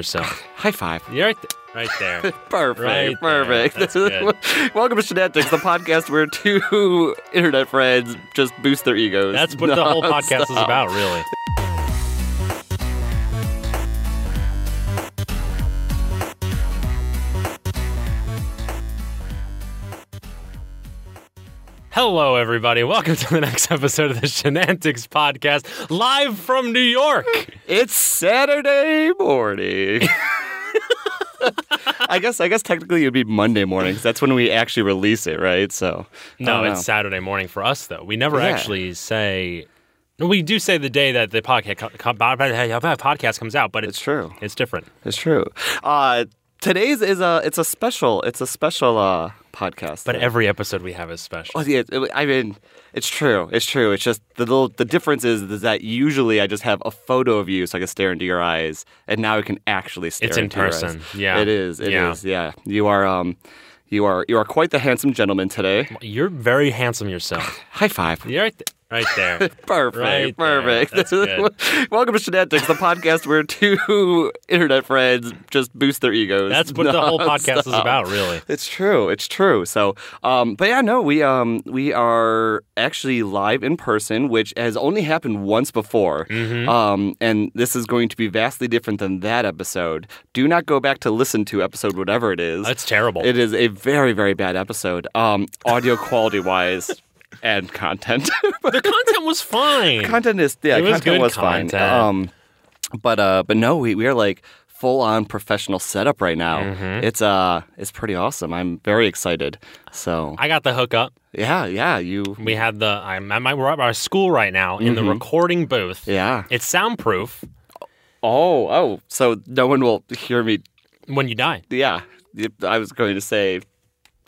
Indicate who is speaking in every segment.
Speaker 1: So
Speaker 2: High five.
Speaker 1: you're right, th- right there.
Speaker 2: Perfect.
Speaker 1: Right there.
Speaker 2: perfect.
Speaker 1: That's good.
Speaker 2: Welcome to Genetics, the podcast where two internet friends just boost their egos.
Speaker 1: That's what the whole podcast is
Speaker 2: nonstop.
Speaker 1: about, really. Hello, everybody. Welcome to the next episode of the Shenantics Podcast, live from New York.
Speaker 2: It's Saturday morning. I guess I guess technically it would be Monday morning 'cause that's when we actually release it, right? So I
Speaker 1: Oh, No,
Speaker 2: don't know.
Speaker 1: it's Saturday morning for us, though. We never
Speaker 2: Yeah.
Speaker 1: actually say. We do say the day that the podcast podcast comes out, but
Speaker 2: it's
Speaker 1: it's
Speaker 2: true.
Speaker 1: it's different.
Speaker 2: It's true. Uh, today's is a it's a special it's a special uh, podcast.
Speaker 1: But
Speaker 2: though.
Speaker 1: every episode we have is
Speaker 2: Oh
Speaker 1: special.
Speaker 2: yeah, it- I mean, it's true. It's true. It's just the little the difference is, is that usually I just have a photo of you, so I can stare into your eyes, and now I can actually stare.
Speaker 1: It's in
Speaker 2: into your eyes.
Speaker 1: person. Yeah.
Speaker 2: it is. It is.
Speaker 1: Yeah.
Speaker 2: yeah. you are. Um, you are. You are quite the handsome gentleman today.
Speaker 1: You're very handsome yourself.
Speaker 2: High five.
Speaker 1: You're right, th- right there.
Speaker 2: Perfect.
Speaker 1: Right there.
Speaker 2: perfect.
Speaker 1: That's good.
Speaker 2: Welcome to Genetics, the podcast where two internet friends just boost their egos.
Speaker 1: That's what the whole podcast is
Speaker 2: nonstop.
Speaker 1: about, really.
Speaker 2: It's true. It's true. So, um, but yeah, no, we um, we are actually live in person, which has only happened once before. Um, and this is going to be vastly different than that episode. Do not go back to listen to episode whatever it is.
Speaker 1: That's terrible.
Speaker 2: It is a very very bad episode. Um, audio quality wise. And content.
Speaker 1: the content was fine.
Speaker 2: content is yeah,
Speaker 1: It was
Speaker 2: content
Speaker 1: good
Speaker 2: was fine.
Speaker 1: content.
Speaker 2: Um, but uh, but no, we, we are like full on professional setup right now.
Speaker 1: Mm-hmm.
Speaker 2: It's uh, it's pretty awesome. I'm very excited. So
Speaker 1: I got the hookup.
Speaker 2: yeah, yeah, you
Speaker 1: We had the. I'm at my, we're at our school right now in the recording booth.
Speaker 2: Mm-hmm. yeah.
Speaker 1: It's soundproof
Speaker 2: Oh oh, so no one will hear me.
Speaker 1: when you die.
Speaker 2: Yeah, I was going to say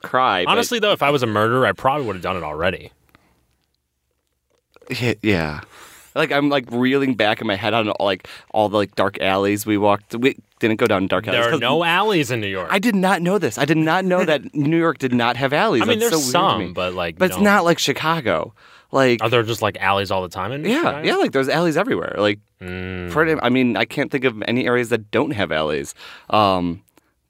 Speaker 2: cry. but-
Speaker 1: Honestly, though, if I was a murderer, I probably would have done it already.
Speaker 2: Yeah, yeah. Like I'm like reeling back in my head on like all the like dark alleys we walked. We didn't go down dark alleys.
Speaker 1: There are
Speaker 2: 'cause
Speaker 1: no alleys in New York.
Speaker 2: I did not know this. I did not know that New York did not have alleys.
Speaker 1: I mean,
Speaker 2: That's
Speaker 1: there's
Speaker 2: so weird to
Speaker 1: some,
Speaker 2: me.
Speaker 1: but like,
Speaker 2: but
Speaker 1: no.
Speaker 2: it's not like Chicago. Like
Speaker 1: Are there just like alleys all the time in?
Speaker 2: yeah,
Speaker 1: Chicago? Mm.
Speaker 2: yeah, like there's alleys everywhere. Like pretty, I mean, I can't think of any areas that don't have alleys. Um,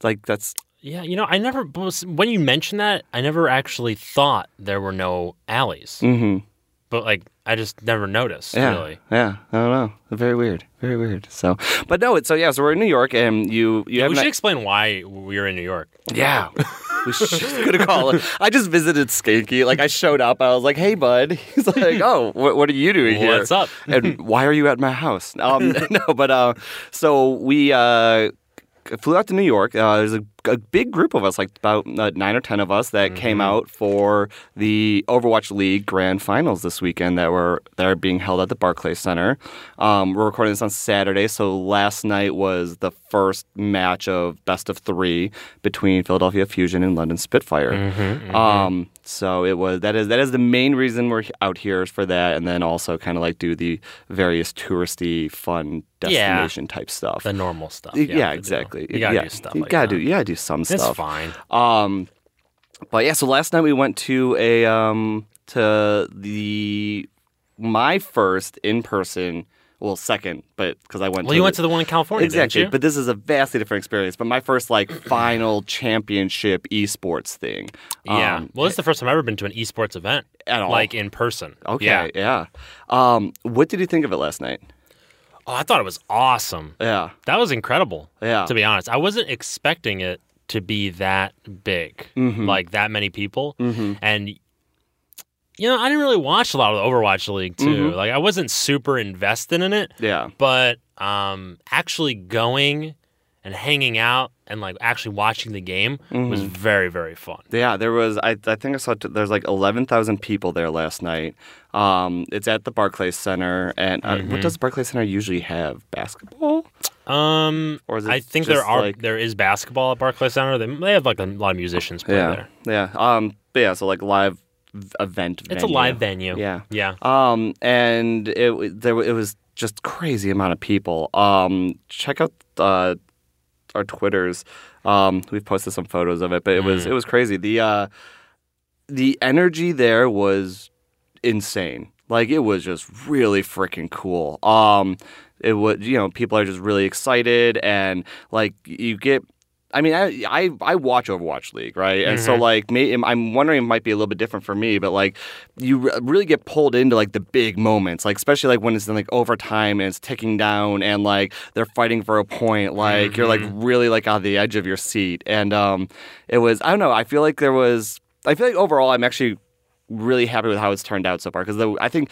Speaker 2: like that's
Speaker 1: yeah. You know, I never when you mentioned that, I never actually thought there were no alleys,
Speaker 2: mhm.
Speaker 1: but like, I just never noticed.
Speaker 2: yeah,
Speaker 1: Really,
Speaker 2: yeah. I don't know. Very weird. Very weird. So, but no, it's so yeah. So we're in New York, and you you have
Speaker 1: we
Speaker 2: not,
Speaker 1: should explain why we were in New York.
Speaker 2: yeah. We should gonna call it. I just visited Skanky. Like I showed up. I was like, "Hey, bud." He's like, "Oh, what, what are you doing here?
Speaker 1: What's up?
Speaker 2: and why are you at my house? Um, no, but uh, so we uh, flew out to New York. Uh, there's a, a big group of us, like about uh, nine or ten of us, that came out for the Overwatch League Grand Finals this weekend that were that are being held at the Barclays Center. Um, we're recording this on Saturday, so last night was the first match of best of three between Philadelphia Fusion and London Spitfire.
Speaker 1: mm-hmm.
Speaker 2: Um, so it was that is that is the main reason we're he- out here is for that, and then also kind of like do the various touristy fun
Speaker 1: Yeah.
Speaker 2: destination type stuff.
Speaker 1: The normal stuff.
Speaker 2: Y-
Speaker 1: you
Speaker 2: yeah,
Speaker 1: have to do.
Speaker 2: exactly.
Speaker 1: You gotta
Speaker 2: yeah.
Speaker 1: do stuff.
Speaker 2: You
Speaker 1: like
Speaker 2: gotta
Speaker 1: that.
Speaker 2: do. You gotta do some
Speaker 1: It's
Speaker 2: stuff.
Speaker 1: fine.
Speaker 2: Um, but yeah. So last night we went to a um to the my first in person. Well, second, but because I went.
Speaker 1: Well,
Speaker 2: to
Speaker 1: you went to the one in California, didn't
Speaker 2: Exactly,
Speaker 1: you?
Speaker 2: but this is a vastly different experience. But my first like final championship esports thing.
Speaker 1: yeah.
Speaker 2: Um,
Speaker 1: well, this is the first time I've ever been to an esports event
Speaker 2: At all.
Speaker 1: like in person.
Speaker 2: Okay,
Speaker 1: Yeah.
Speaker 2: yeah. Um, what did you think of it last night?
Speaker 1: Oh, I thought it was awesome.
Speaker 2: Yeah,
Speaker 1: That was incredible.
Speaker 2: Yeah.
Speaker 1: To be honest, I wasn't expecting it to be that big,
Speaker 2: Mm-hmm.
Speaker 1: like that many people. And, you know, I didn't really watch a lot of the Overwatch League, too.
Speaker 2: Mm-hmm.
Speaker 1: Like, I wasn't super invested in it,
Speaker 2: yeah,
Speaker 1: but um, actually going and hanging out and, like, actually watching the game
Speaker 2: Mm-hmm.
Speaker 1: was very, very fun.
Speaker 2: yeah. There was I, I think I saw t- there's like eleven thousand people there last night. Um, it's at the Barclays Center, and uh,
Speaker 1: Mm-hmm.
Speaker 2: what does the Barclays Center usually have? Basketball?
Speaker 1: Um,
Speaker 2: Or is it
Speaker 1: I think
Speaker 2: just
Speaker 1: there are
Speaker 2: like-
Speaker 1: there is basketball at Barclays Center. They, they have like a lot of musicians play
Speaker 2: Yeah,
Speaker 1: there.
Speaker 2: yeah. Um, but yeah. So like live v- event.
Speaker 1: It's
Speaker 2: venue.
Speaker 1: a live venue.
Speaker 2: Yeah.
Speaker 1: Yeah.
Speaker 2: Um, and it w- there w- it was just crazy amount of people. Um, check out uh, our twitters. Um, we've posted some photos of it, but it was it was crazy. The uh, the energy there was insane. Like it was just really freaking cool. Um, it would you know people are just really excited and like you get I mean, I, I I watch Overwatch League, right? And so like, may, I'm wondering it might be a little bit different for me, but like, you re- really get pulled into like the big moments, like especially like when it's in like overtime and it's ticking down and like they're fighting for a point, like you're like really like on the edge of your seat, and um, it was I don't know, I feel like there was I feel like overall I'm actually really happy with how it's turned out so far because I think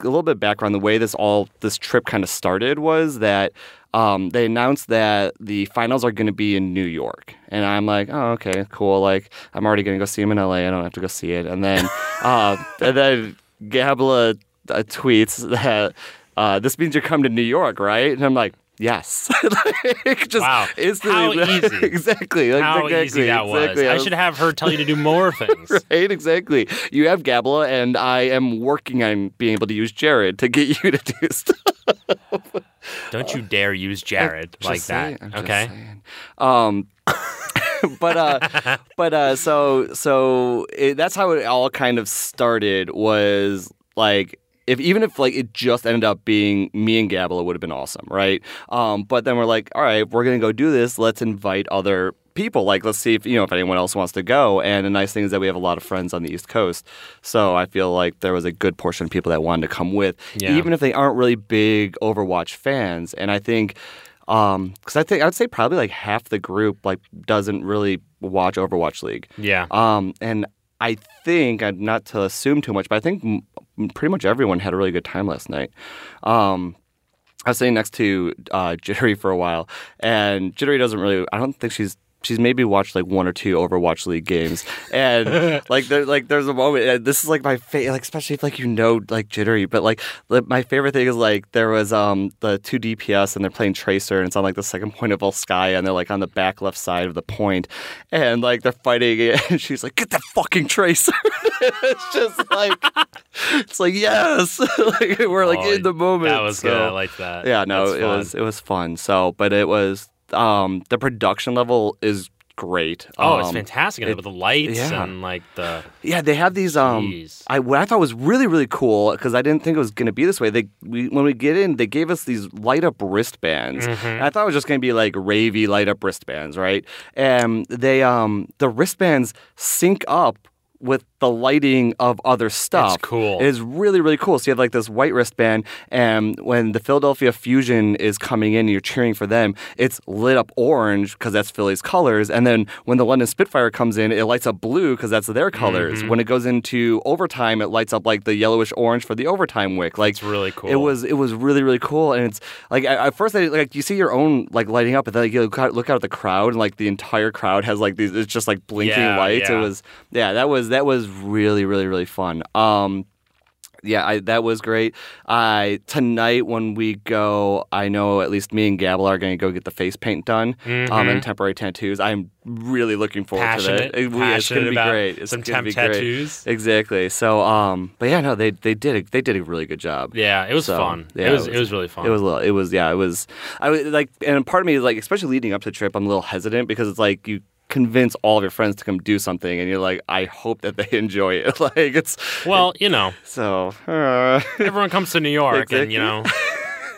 Speaker 2: a little bit of background the way this all this trip kind of started was that um, they announced that the finals are going to be in New York and I'm like oh okay cool like I'm already going to go see them in LA I don't have to go see it and then uh, and then Gabla uh, tweets that uh, this means you're coming to New York right and I'm like yes like, just
Speaker 1: Wow.
Speaker 2: instantly
Speaker 1: How easy.
Speaker 2: exactly like,
Speaker 1: How
Speaker 2: exactly,
Speaker 1: easy that was.
Speaker 2: exactly.
Speaker 1: I
Speaker 2: was-
Speaker 1: should have her tell you to do more things.
Speaker 2: Right, exactly. You have Gabla, and I am working on being able to use Jared to get you to do stuff
Speaker 1: Don't you dare use Jared like
Speaker 2: Just
Speaker 1: that.
Speaker 2: saying, I'm just
Speaker 1: okay.
Speaker 2: saying. Um, but uh, but uh, so so it, that's how it all kind of started. Was like. If even if like it just ended up being me and Gabla would have been awesome, right? Um, but then we're like, all right, if we're gonna go do this. Let's invite other people. Like, let's see if you know if anyone else wants to go. And the nice thing is that we have a lot of friends on the East Coast, so I feel like there was a good portion of people that wanted to come with,
Speaker 1: Yeah.
Speaker 2: even if they aren't really big Overwatch fans. And I think um because i think i would say probably like half the group like doesn't really watch overwatch league
Speaker 1: Yeah.
Speaker 2: um and i think i'm not to assume too much but i think m- m- pretty much everyone had a really good time last night um i was sitting next to uh jittery for a while and jittery doesn't really i don't think she's She's maybe watched like one or two Overwatch League games, and like there, like there's a moment. And this is like my favorite, like especially if like you know like jittery. But like li- my favorite thing is like there was um the two DPS and they're playing Tracer and it's on like the second point of all sky and they're like on the back left side of the point, and like they're fighting it, and she's like get that fucking Tracer. it's just like it's like yes, like we're like
Speaker 1: Oh,
Speaker 2: in the moment.
Speaker 1: That was
Speaker 2: so.
Speaker 1: good. I like that.
Speaker 2: Yeah, no,
Speaker 1: That's
Speaker 2: it
Speaker 1: fun.
Speaker 2: was it was fun. So, but it was um the production level is great.
Speaker 1: Oh, it's
Speaker 2: Um,
Speaker 1: fantastic. And with the lights
Speaker 2: yeah.
Speaker 1: and like the
Speaker 2: Yeah, they have these. Um,
Speaker 1: Jeez.
Speaker 2: I what I thought was really really cool because I didn't think it was going to be this way. They we, when we get in, they gave us these light up wristbands.
Speaker 1: Mm-hmm.
Speaker 2: And I thought it was just going to be like ravey light up wristbands, right? And they um the wristbands sync up with the lighting of other stuff.
Speaker 1: cool.
Speaker 2: oh, It is really really cool. So you have like this white wristband, and when the Philadelphia Fusion is coming in, and you're cheering for them. It's lit up orange because that's Philly's colors, and then when the London Spitfire comes in, it lights up blue because that's their colors. When it goes into overtime, it lights up like the yellowish orange for the overtime wick. Like
Speaker 1: It's really cool.
Speaker 2: It was it was really really cool, and it's like at at first I, like you see your own like lighting up, and then like, you look out, look out at the crowd, and like the entire crowd has like these. It's just like blinking
Speaker 1: Yeah,
Speaker 2: lights. It
Speaker 1: yeah.
Speaker 2: was yeah, that was that was really really really fun. Um, yeah, I, that was great. I tonight when we go, I know at least me and Gabble are going to go get the face paint done um, and temporary tattoos. I'm really looking forward
Speaker 1: Mm-hmm. passionate,
Speaker 2: to that. It- we- it's
Speaker 1: passionate
Speaker 2: going to be
Speaker 1: about
Speaker 2: great. It's
Speaker 1: some
Speaker 2: gonna
Speaker 1: temp
Speaker 2: be great.
Speaker 1: tattoos.
Speaker 2: Exactly. So, um, but yeah, no, they they did a, they did a really good job.
Speaker 1: Yeah, it was
Speaker 2: So,
Speaker 1: fun.
Speaker 2: yeah,
Speaker 1: it was
Speaker 2: it
Speaker 1: it
Speaker 2: was-
Speaker 1: was, really fun.
Speaker 2: It was a little, it was yeah, it was I was like and part of me is like especially leading up to the trip, I'm a little hesitant because it's like you convince all of your friends to come do something and you're like I hope that they enjoy it. like it's
Speaker 1: well, you know,
Speaker 2: so uh,
Speaker 1: everyone comes to New York, and
Speaker 2: Exactly.
Speaker 1: you know,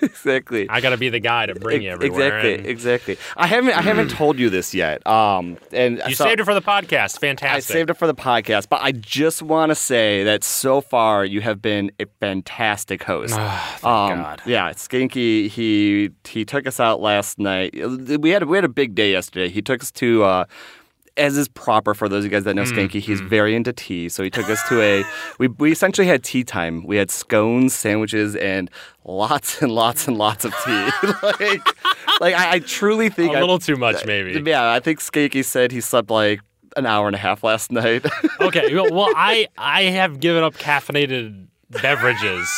Speaker 2: exactly.
Speaker 1: I got to be the guy to bring you everywhere.
Speaker 2: exactly,
Speaker 1: and
Speaker 2: exactly. I haven't I haven't told you this yet. Um and
Speaker 1: You
Speaker 2: so-
Speaker 1: saved it for the podcast.
Speaker 2: I
Speaker 1: Fantastic.
Speaker 2: saved it for the podcast, but I just want to say that so far you have been a fantastic host. Um,
Speaker 1: Ah, God.
Speaker 2: Yeah, Skinky. He he took us out last night. We had we had a big day yesterday. He took us to. Uh, as is proper for those of you guys that
Speaker 1: Mm,
Speaker 2: know Skanky, he's very into tea. So he took us to a. We, we essentially had tea time. We had scones, sandwiches, and lots and lots and lots of tea. like, like I, I truly think
Speaker 1: a
Speaker 2: I-
Speaker 1: little too much, maybe.
Speaker 2: yeah, I think Skanky said he slept like an hour and a half last night. Oh
Speaker 1: okay. Well, well, I I have given up caffeinated beverages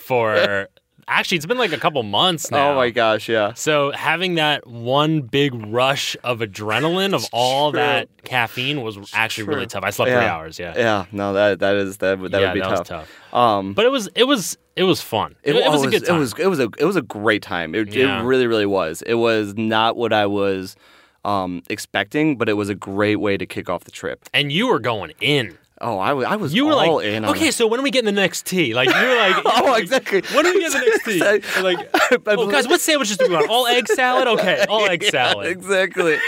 Speaker 1: for actually it's been like a couple months now.
Speaker 2: oh my gosh, yeah.
Speaker 1: So having that one big rush of adrenaline of all
Speaker 2: true.
Speaker 1: that caffeine was actually
Speaker 2: true.
Speaker 1: really tough. I slept three
Speaker 2: Yeah.
Speaker 1: hours. Yeah.
Speaker 2: Yeah, no, that that is that would that
Speaker 1: yeah,
Speaker 2: would be
Speaker 1: that
Speaker 2: tough.
Speaker 1: was tough.
Speaker 2: Um,
Speaker 1: But it was it was it was fun. It, it was a good time.
Speaker 2: It was it was a it was a great time. It,
Speaker 1: Yeah.
Speaker 2: it really really was. It was not what I was um, expecting, but it was a great way to kick off the trip.
Speaker 1: and you were going in.
Speaker 2: Oh, I wa- I was
Speaker 1: You were
Speaker 2: all
Speaker 1: like,
Speaker 2: in. on
Speaker 1: okay,
Speaker 2: it.
Speaker 1: so when are we getting the next tea? Like you were like,
Speaker 2: Oh, exactly.
Speaker 1: When are we getting the next tea? And Like, oh guys, what sandwiches do we want? All egg salad, okay, all egg salad.
Speaker 2: exactly.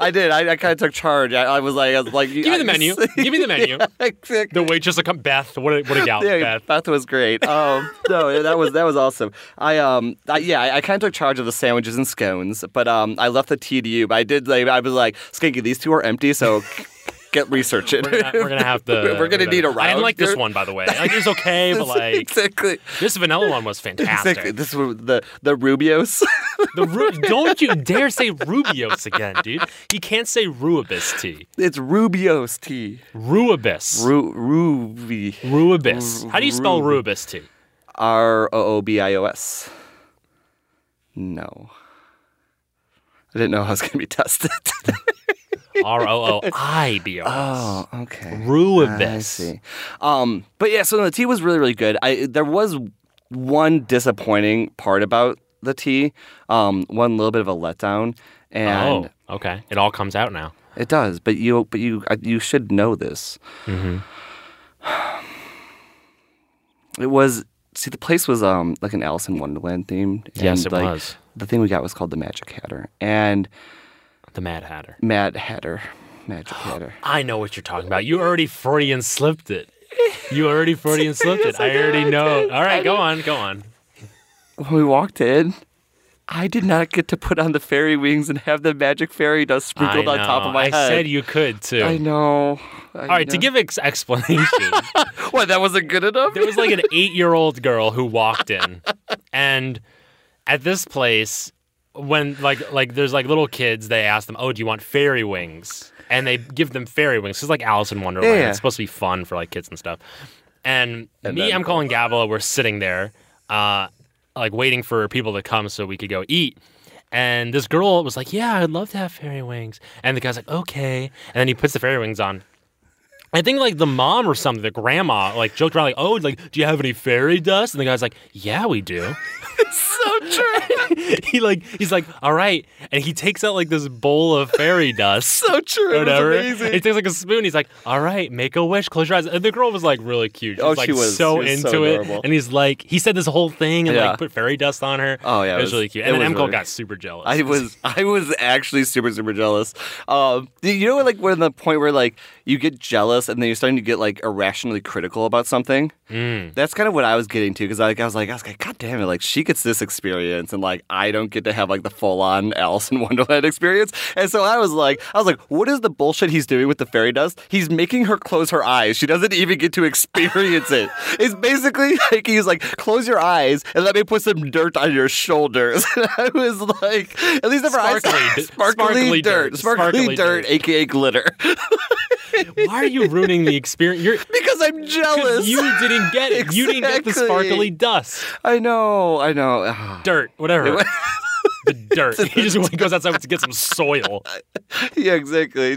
Speaker 2: I did. I, I kind of took charge. I, I was like, I was like,
Speaker 1: Give me the menu. Give me the menu.
Speaker 2: exactly.
Speaker 1: The waitress will come. Beth, what a, what a gal.
Speaker 2: yeah,
Speaker 1: Beth.
Speaker 2: Beth was great. Um, no, that was that was awesome. I um, I, yeah, I, I kind of took charge of the sandwiches and scones, but um, I left the tea to you. But I did like I was like, Skinky, these two are empty, so get researching.
Speaker 1: We're gonna, we're gonna have to.
Speaker 2: We're gonna need a
Speaker 1: I didn't
Speaker 2: round
Speaker 1: like this
Speaker 2: here.
Speaker 1: one, by the way. Like, it was okay, but like
Speaker 2: exactly,
Speaker 1: this vanilla one was fantastic.
Speaker 2: exactly. This was the the Rubios.
Speaker 1: The Ru- don't you dare say Rubios again, dude. You can't say Ruibus tea.
Speaker 2: it's Rubios tea.
Speaker 1: Ruibus.
Speaker 2: Ru- Ruby
Speaker 1: Ruibus. How do you spell Ruibus tea?
Speaker 2: R O O B I O S. No, I didn't know I was gonna be tested.
Speaker 1: R O O I B O S.
Speaker 2: oh, okay. I
Speaker 1: Ruibus.
Speaker 2: see. Um, but yeah, so the tea was really, really good. I there was one disappointing part about the tea, um, one little bit of a letdown, and
Speaker 1: Oh, okay. It all comes out now.
Speaker 2: it does. But you, but you, uh, you should know this.
Speaker 1: Mm-hmm.
Speaker 2: It was see the place was um like an Alice in Wonderland themed.
Speaker 1: Yes,
Speaker 2: and,
Speaker 1: it
Speaker 2: like,
Speaker 1: was.
Speaker 2: The thing we got was called the Magic Hatter and
Speaker 1: The Mad Hatter.
Speaker 2: Mad Hatter, Magic Hatter.
Speaker 1: I know what you're talking about. You already Freudian slipped it. You already Freudian slipped it. I already know. All right, go on, go on.
Speaker 2: when we walked in, I did not get to put on the fairy wings and have the magic fairy dust
Speaker 1: I
Speaker 2: sprinkled on top
Speaker 1: know.
Speaker 2: of
Speaker 1: I
Speaker 2: my head.
Speaker 1: said you could too.
Speaker 2: I know.
Speaker 1: All right, to give ex- explanation.
Speaker 2: what that wasn't good enough.
Speaker 1: there was like an eight year old girl who walked in and at this place when like like there's like little kids they ask them oh do you want fairy wings and they give them fairy wings it's like alice in wonderland
Speaker 2: Yeah.
Speaker 1: it's supposed to be fun for like kids and stuff and, me
Speaker 2: then-
Speaker 1: i'm calling gavila we're sitting there uh like waiting for people to come so we could go eat and this girl was like yeah i'd love to have fairy wings and the guy's like okay and then he puts the fairy wings on I think like the mom or something, the grandma, like joked around, like, "Oh, like, do you have any fairy dust?" And the guy's like, "Yeah, we do."
Speaker 2: so true.
Speaker 1: he like, he's like, "All right," and he takes out like this bowl of fairy dust.
Speaker 2: so true.
Speaker 1: or Whatever.
Speaker 2: It was
Speaker 1: He
Speaker 2: amazing.
Speaker 1: takes like a spoon. He's like, "All right, make a wish. Close your eyes." And the girl was like really cute. She
Speaker 2: Oh,
Speaker 1: was, like,
Speaker 2: she was-
Speaker 1: so
Speaker 2: she was so
Speaker 1: into it.
Speaker 2: adorable.
Speaker 1: And he's like, he said this whole thing and
Speaker 2: Yeah.
Speaker 1: like put fairy dust on her.
Speaker 2: Oh,
Speaker 1: it
Speaker 2: yeah, it
Speaker 1: was,
Speaker 2: was-
Speaker 1: really cute.
Speaker 2: it
Speaker 1: And then
Speaker 2: was
Speaker 1: Emco
Speaker 2: really-
Speaker 1: got super jealous.
Speaker 2: I was I was actually super super jealous. Um, you know, like when the point where like you get jealous and then you're starting to get like irrationally critical about something.
Speaker 1: Mm.
Speaker 2: That's kind of what I was getting to because like I was like I was like God damn it like she gets this experience and like I don't get to have like the full on Alice in Wonderland experience and so I was like I was like what is the bullshit he's doing with the fairy dust he's making her close her eyes she doesn't even get to experience it it's basically like he's like close your eyes and let me put some dirt on your shoulders and I was like at least if her eyes
Speaker 1: Sparkly d-
Speaker 2: sparkly,
Speaker 1: sparkly
Speaker 2: dirt,
Speaker 1: dirt,
Speaker 2: sparkly,
Speaker 1: sparkly
Speaker 2: dirt,
Speaker 1: dirt.
Speaker 2: aka glitter
Speaker 1: Why are you ruining the experience? You're.
Speaker 2: because I'm
Speaker 1: 'cause
Speaker 2: jealous
Speaker 1: You didn't get it. You didn't get the
Speaker 2: Exactly.
Speaker 1: sparkly dust.
Speaker 2: I know I know.
Speaker 1: dirt, whatever. the dirt. He just goes outside to get some soil.
Speaker 2: Yeah, exactly.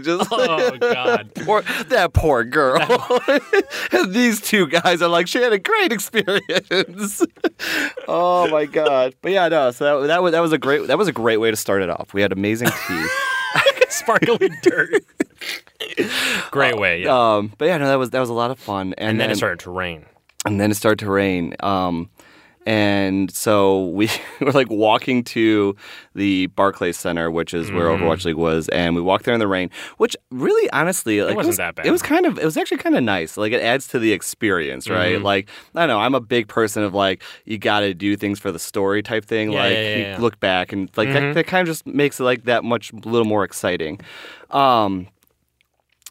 Speaker 2: Just
Speaker 1: Oh God.
Speaker 2: poor, that poor girl. and these two guys are like, she had a great experience. oh my god! But yeah, no. So that, that was that was a great that was a great way to start it off. We had amazing tea.
Speaker 1: Sparkly dirt. Great way, yeah.
Speaker 2: um, but yeah, no, that was that was a lot of fun. And,
Speaker 1: and then it started to rain.
Speaker 2: and then it started to rain. Um, and so we were like walking to the Barclays Center, which is where
Speaker 1: Mm-hmm.
Speaker 2: Overwatch League was, and we walked there in the rain. Which really, honestly, like,
Speaker 1: wasn't
Speaker 2: was-
Speaker 1: that bad.
Speaker 2: It was kind of, it was actually kind of nice. Like it adds to the experience, right?
Speaker 1: Mm-hmm.
Speaker 2: Like I don't know, I'm a big person of like you got to do things for the story type thing.
Speaker 1: Yeah,
Speaker 2: like
Speaker 1: yeah, yeah, Mm-hmm.
Speaker 2: you
Speaker 1: yeah.
Speaker 2: look back and like that, that kind of just makes it like that much a little more exciting. Um,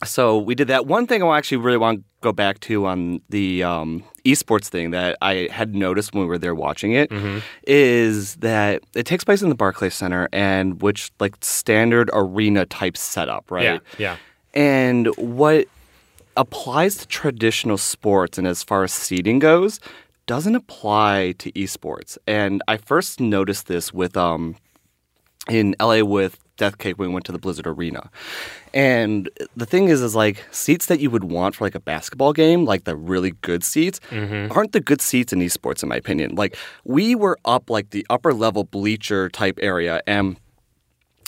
Speaker 2: so we did that. One thing I actually really want to go back to on the um, esports thing that I had noticed when we were there watching it is that it takes place in the Barclays Center and which like standard arena type setup, right?
Speaker 1: Yeah, yeah.
Speaker 2: And what applies to traditional sports and as far as seeding goes doesn't apply to esports. And I first noticed this with um in LA with Deathcake when we went to the Blizzard Arena. And the thing is is like seats that you would want for like a basketball game, like the really good seats, aren't the good seats in esports in my opinion. Like we were up like the upper level bleacher type area and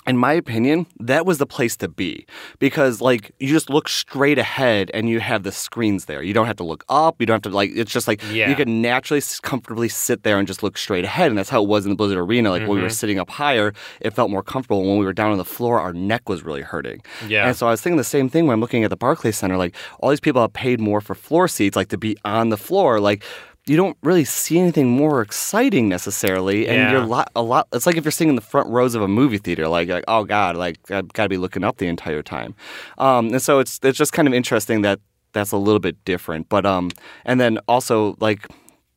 Speaker 2: in my opinion, that was the place to be because, like, you just look straight ahead and you have the screens there. You don't have to look up. You don't have to, like, it's just like
Speaker 1: Yeah.
Speaker 2: you can naturally s- comfortably sit there and just look straight ahead. And that's how it was in the Blizzard Arena. Like, when we were sitting up higher, it felt more comfortable. When we were down on the floor, our neck was really hurting.
Speaker 1: Yeah.
Speaker 2: And so I was thinking the same thing when I'm looking at the Barclays Center. Like, all these people have paid more for floor seats, like, to be on the floor. Like, you don't really see anything more exciting necessarily, and
Speaker 1: Yeah.
Speaker 2: you're lot, a lot. It's like if you're sitting in the front rows of a movie theater, like, like oh god, like I've got to be looking up the entire time. Um, and so it's it's just kind of interesting that that's a little bit different. But um, and then also like.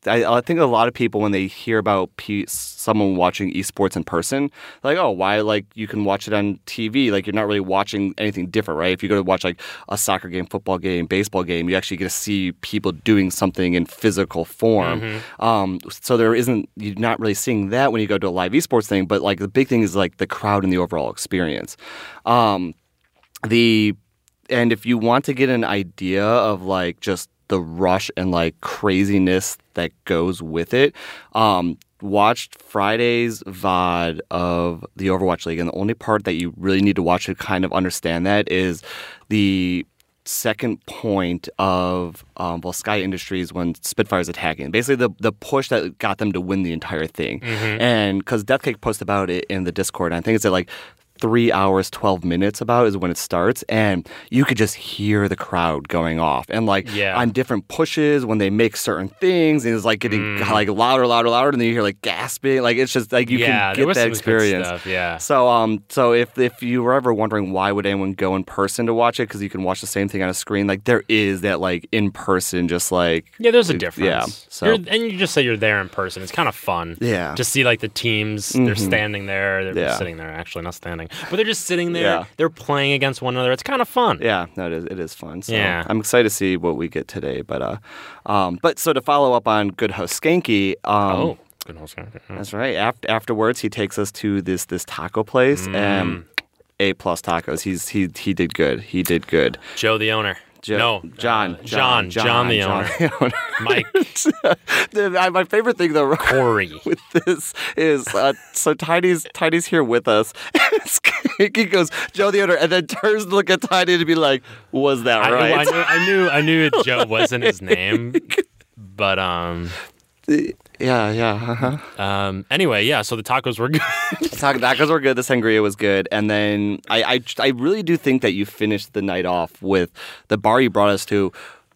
Speaker 2: I, I think a lot of people when they hear about P- someone watching esports in person, like, oh, why? Like, you can watch it on TV. Like, you're not really watching anything different, right? If you go to watch like a soccer game, football game, baseball game, you actually get to see people doing something in physical form.
Speaker 1: Mm-hmm.
Speaker 2: Um, so there isn't you're not really seeing that when you go to a live esports thing. But like the big thing is like the crowd and the overall experience. Um, the and if you want to get an idea of like just the rush and like craziness that goes with it um watched friday's vod of the overwatch league and the only part that you really need to watch to kind of understand that is the second point of um, well sky industries when spitfire's attacking basically the, the push that got them to win the entire thing
Speaker 1: Mm-hmm.
Speaker 2: and because deathcake posted about it in the discord and i think it's at like three hours, 12 minutes about is when it starts. And you could just hear the crowd going off and like
Speaker 1: Yeah.
Speaker 2: on different pushes when they make certain things. And it's like getting
Speaker 1: Mm.
Speaker 2: like louder, louder, louder. And then you hear like gasping. Like it's just like you
Speaker 1: yeah,
Speaker 2: can
Speaker 1: there
Speaker 2: get
Speaker 1: was
Speaker 2: that
Speaker 1: some good
Speaker 2: experience.
Speaker 1: stuff, yeah.
Speaker 2: So, um, so if if you were ever wondering why would anyone go in person to watch it, because you can watch the same thing on a screen, like there is that like in person, just like
Speaker 1: Yeah, there's a difference.
Speaker 2: so-
Speaker 1: You're- and you just say you're there in person. It's kind of fun.
Speaker 2: Yeah. Mm-hmm.
Speaker 1: To see like the teams, they're standing there, they're
Speaker 2: Yeah.
Speaker 1: sitting there actually, not standing, but they're just sitting there.
Speaker 2: Yeah.
Speaker 1: They're playing against one another. It's kind of fun.
Speaker 2: Yeah, no, it is. It is fun. So
Speaker 1: Yeah.
Speaker 2: I'm excited to see what we get today. But uh, um, but so to follow up on Good Host Skanky, um,
Speaker 1: Oh, good old soccer.
Speaker 2: that's right. After, afterwards, he takes us to this this taco place
Speaker 1: Mm.
Speaker 2: and a plus tacos. He's he he did good. He did good.
Speaker 1: Joe the owner.
Speaker 2: Jo-
Speaker 1: no,
Speaker 2: John,
Speaker 1: John, John, the owner.
Speaker 2: owner.
Speaker 1: Mike
Speaker 2: The- I- My favorite thing though
Speaker 1: Corey.
Speaker 2: with this is uh, so Tiny's Tiny's here with us. Skanky goes Joe the owner, and then turns to look at Tiny to be like, "Was that
Speaker 1: I,
Speaker 2: right?"
Speaker 1: I knew, I knew, I knew Joe wasn't his name, but um,
Speaker 2: yeah, yeah. Uh-huh.
Speaker 1: um. Anyway, yeah. So the tacos were good.
Speaker 2: Taco tacos were good. The sangria was good, and then I, I I really do think that you finished the night off with the bar you brought us to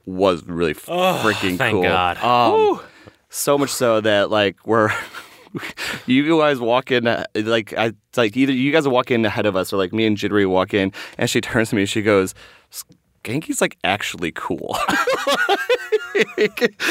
Speaker 2: was really f- freaking
Speaker 1: thank
Speaker 2: cool.
Speaker 1: God.
Speaker 2: Um, so much so that like we're. You guys walk in uh, like I it's like either you guys walk in ahead of us or like me and Jittery walk in and she turns to me and she goes, Skanky's like actually cool. like,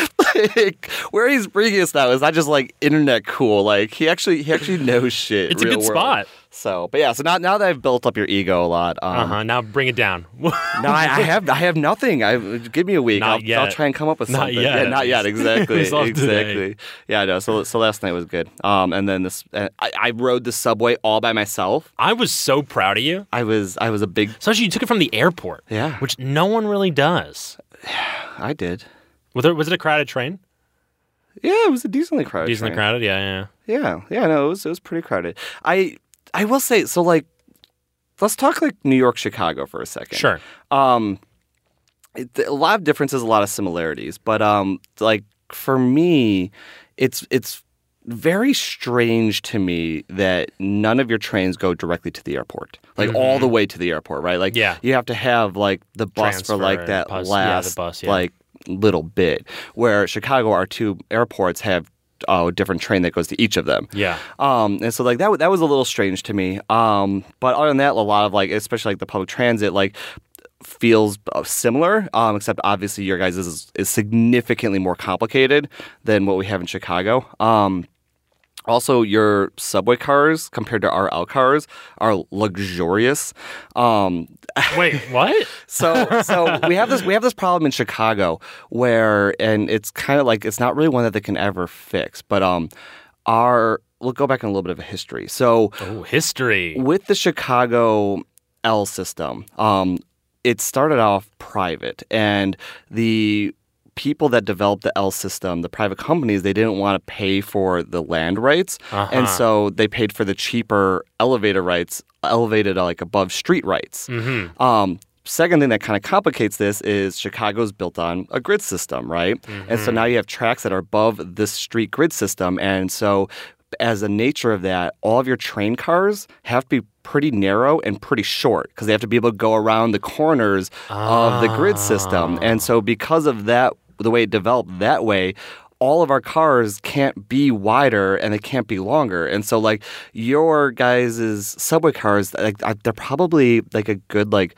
Speaker 2: like, where he's bringing us now is not just like internet cool. Like he actually he actually knows shit.
Speaker 1: It's a
Speaker 2: real
Speaker 1: good
Speaker 2: world.
Speaker 1: spot.
Speaker 2: So, but yeah. So now now that I've built up your ego a lot,
Speaker 1: Uh
Speaker 2: um,
Speaker 1: huh. Now bring it down.
Speaker 2: no, I, I have I have nothing. I give me a week.
Speaker 1: Not
Speaker 2: I'll, I'll
Speaker 1: yet.
Speaker 2: try and come up with
Speaker 1: Not
Speaker 2: something.
Speaker 1: yet,
Speaker 2: Yeah,
Speaker 1: at
Speaker 2: not yet.
Speaker 1: least.
Speaker 2: Exactly.
Speaker 1: It's all today.
Speaker 2: exactly. Yeah, no. So so last night was good. Um, and then this uh, I, I rode the subway all by myself.
Speaker 1: I was so proud of you.
Speaker 2: I was I was a big
Speaker 1: Especially you took it from the airport.
Speaker 2: Yeah.
Speaker 1: Which no one really does.
Speaker 2: I did.
Speaker 1: Was, there, was it a crowded train?
Speaker 2: Yeah, it was a decently crowded.
Speaker 1: Decently
Speaker 2: train.
Speaker 1: crowded, yeah, yeah.
Speaker 2: Yeah, yeah, no, it was it was pretty crowded. I I will say so like let's talk like New York Chicago for a second.
Speaker 1: Sure.
Speaker 2: Um it, a lot of differences, a lot of similarities, but um like for me it's it's very strange to me that none of your trains go directly to the airport. Like all the way to the airport, right? Like
Speaker 1: Mm-hmm. Yeah.
Speaker 2: you have to have like the bus
Speaker 1: Transfer,
Speaker 2: for like that
Speaker 1: bus- yeah, the
Speaker 2: last
Speaker 1: bus, yeah.
Speaker 2: like little bit where Chicago our two airports have uh, a different train that goes to each of them.
Speaker 1: Yeah.
Speaker 2: Um, and so like that, wa- that was a little strange to me. Um, but other than that, a lot of like, especially like the public transit, like feels uh, similar. Um, except obviously your guys is is significantly more complicated than what we have in Chicago. Um. Also, your subway cars compared to our L cars are luxurious. Um,
Speaker 1: Wait, what?
Speaker 2: so so we have this we have this problem in Chicago where and it's kind of like it's not really one that they can ever fix. But um, our we'll go back in a little bit of a history. So
Speaker 1: Oh, history.
Speaker 2: with the Chicago L system, um, it started off private, and the people that developed the L system, the private companies, they didn't want to pay for the land rights,
Speaker 1: Uh-huh.
Speaker 2: and so they paid for the cheaper elevator rights, elevated uh, like above street rights.
Speaker 1: Mm-hmm,
Speaker 2: Um, second thing that kind of complicates this is Chicago's built on a grid system, right?
Speaker 1: mm-hmm.
Speaker 2: And
Speaker 1: Hmm.
Speaker 2: so now you have tracks that are above this street grid system, and so as the nature of that, all of your train cars have to be pretty narrow and pretty short because they have to be able to go around the corners of the grid system.
Speaker 1: Ah.
Speaker 2: And so, because of that, the way it developed that way, all of our cars can't be wider and they can't be longer. And so, like, your guys' subway cars, like, I- they're probably like a good, like,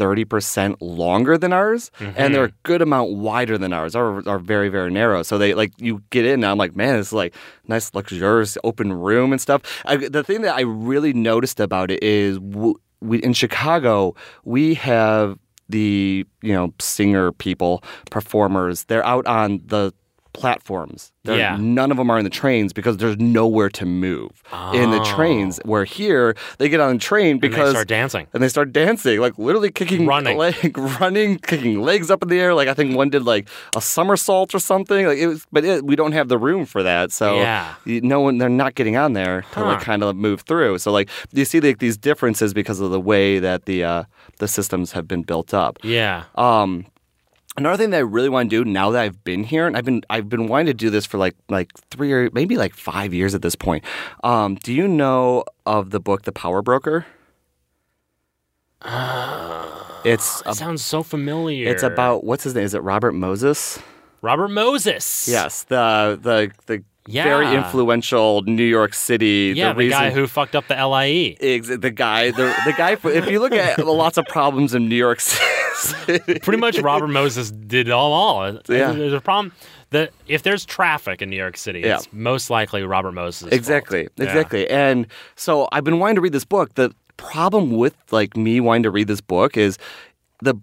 Speaker 2: 30% longer than ours
Speaker 1: Mm-hmm.
Speaker 2: and they're a good amount wider than ours Ours are very very narrow so they like you get in and i'm like man this is like nice luxurious open room and stuff I, the thing that i really noticed about it is w- we in chicago we have the you know singer people performers they're out on the platforms They're-
Speaker 1: Yeah.
Speaker 2: none of them are in the trains because there's nowhere to move in the trains where here they get on the train
Speaker 1: Oh. And they
Speaker 2: because
Speaker 1: start dancing.
Speaker 2: and they start dancing, like literally kicking
Speaker 1: Running.
Speaker 2: leg, running, kicking legs up in the air. Like I think one did like a somersault or something. Like it was, but it, we don't have the room for that, so
Speaker 1: Yeah.
Speaker 2: you- no one they're not getting on there to like
Speaker 1: Huh.
Speaker 2: kind of move through. So like you see like these differences because of the way that the uh, the systems have been built up.
Speaker 1: Yeah.
Speaker 2: Um, another thing that I really want to do now that I've been here, and I've been I've been wanting to do this for like like three or maybe like five years at this point. Um, do you know of the book The Power Broker? it's
Speaker 1: Uh, That sounds so familiar.
Speaker 2: um, it's about what's his name? Is it Robert Moses?
Speaker 1: Robert Moses.
Speaker 2: Yes, the the the very
Speaker 1: Yeah.
Speaker 2: influential New York City.
Speaker 1: Yeah, the,
Speaker 2: reason-
Speaker 1: guy who fucked up the E. LIE.
Speaker 2: Ex- the guy, the, the guy. For, if you look at lots of problems in New York City,
Speaker 1: Pretty much Robert Moses did it all all.
Speaker 2: Yeah.
Speaker 1: There's a problem that if there's traffic in New York City,
Speaker 2: Yeah.
Speaker 1: it's most likely Robert Moses. fault.
Speaker 2: Exactly,
Speaker 1: Yeah.
Speaker 2: exactly. And so I've been wanting to read this book. The problem with like me wanting to read this book is the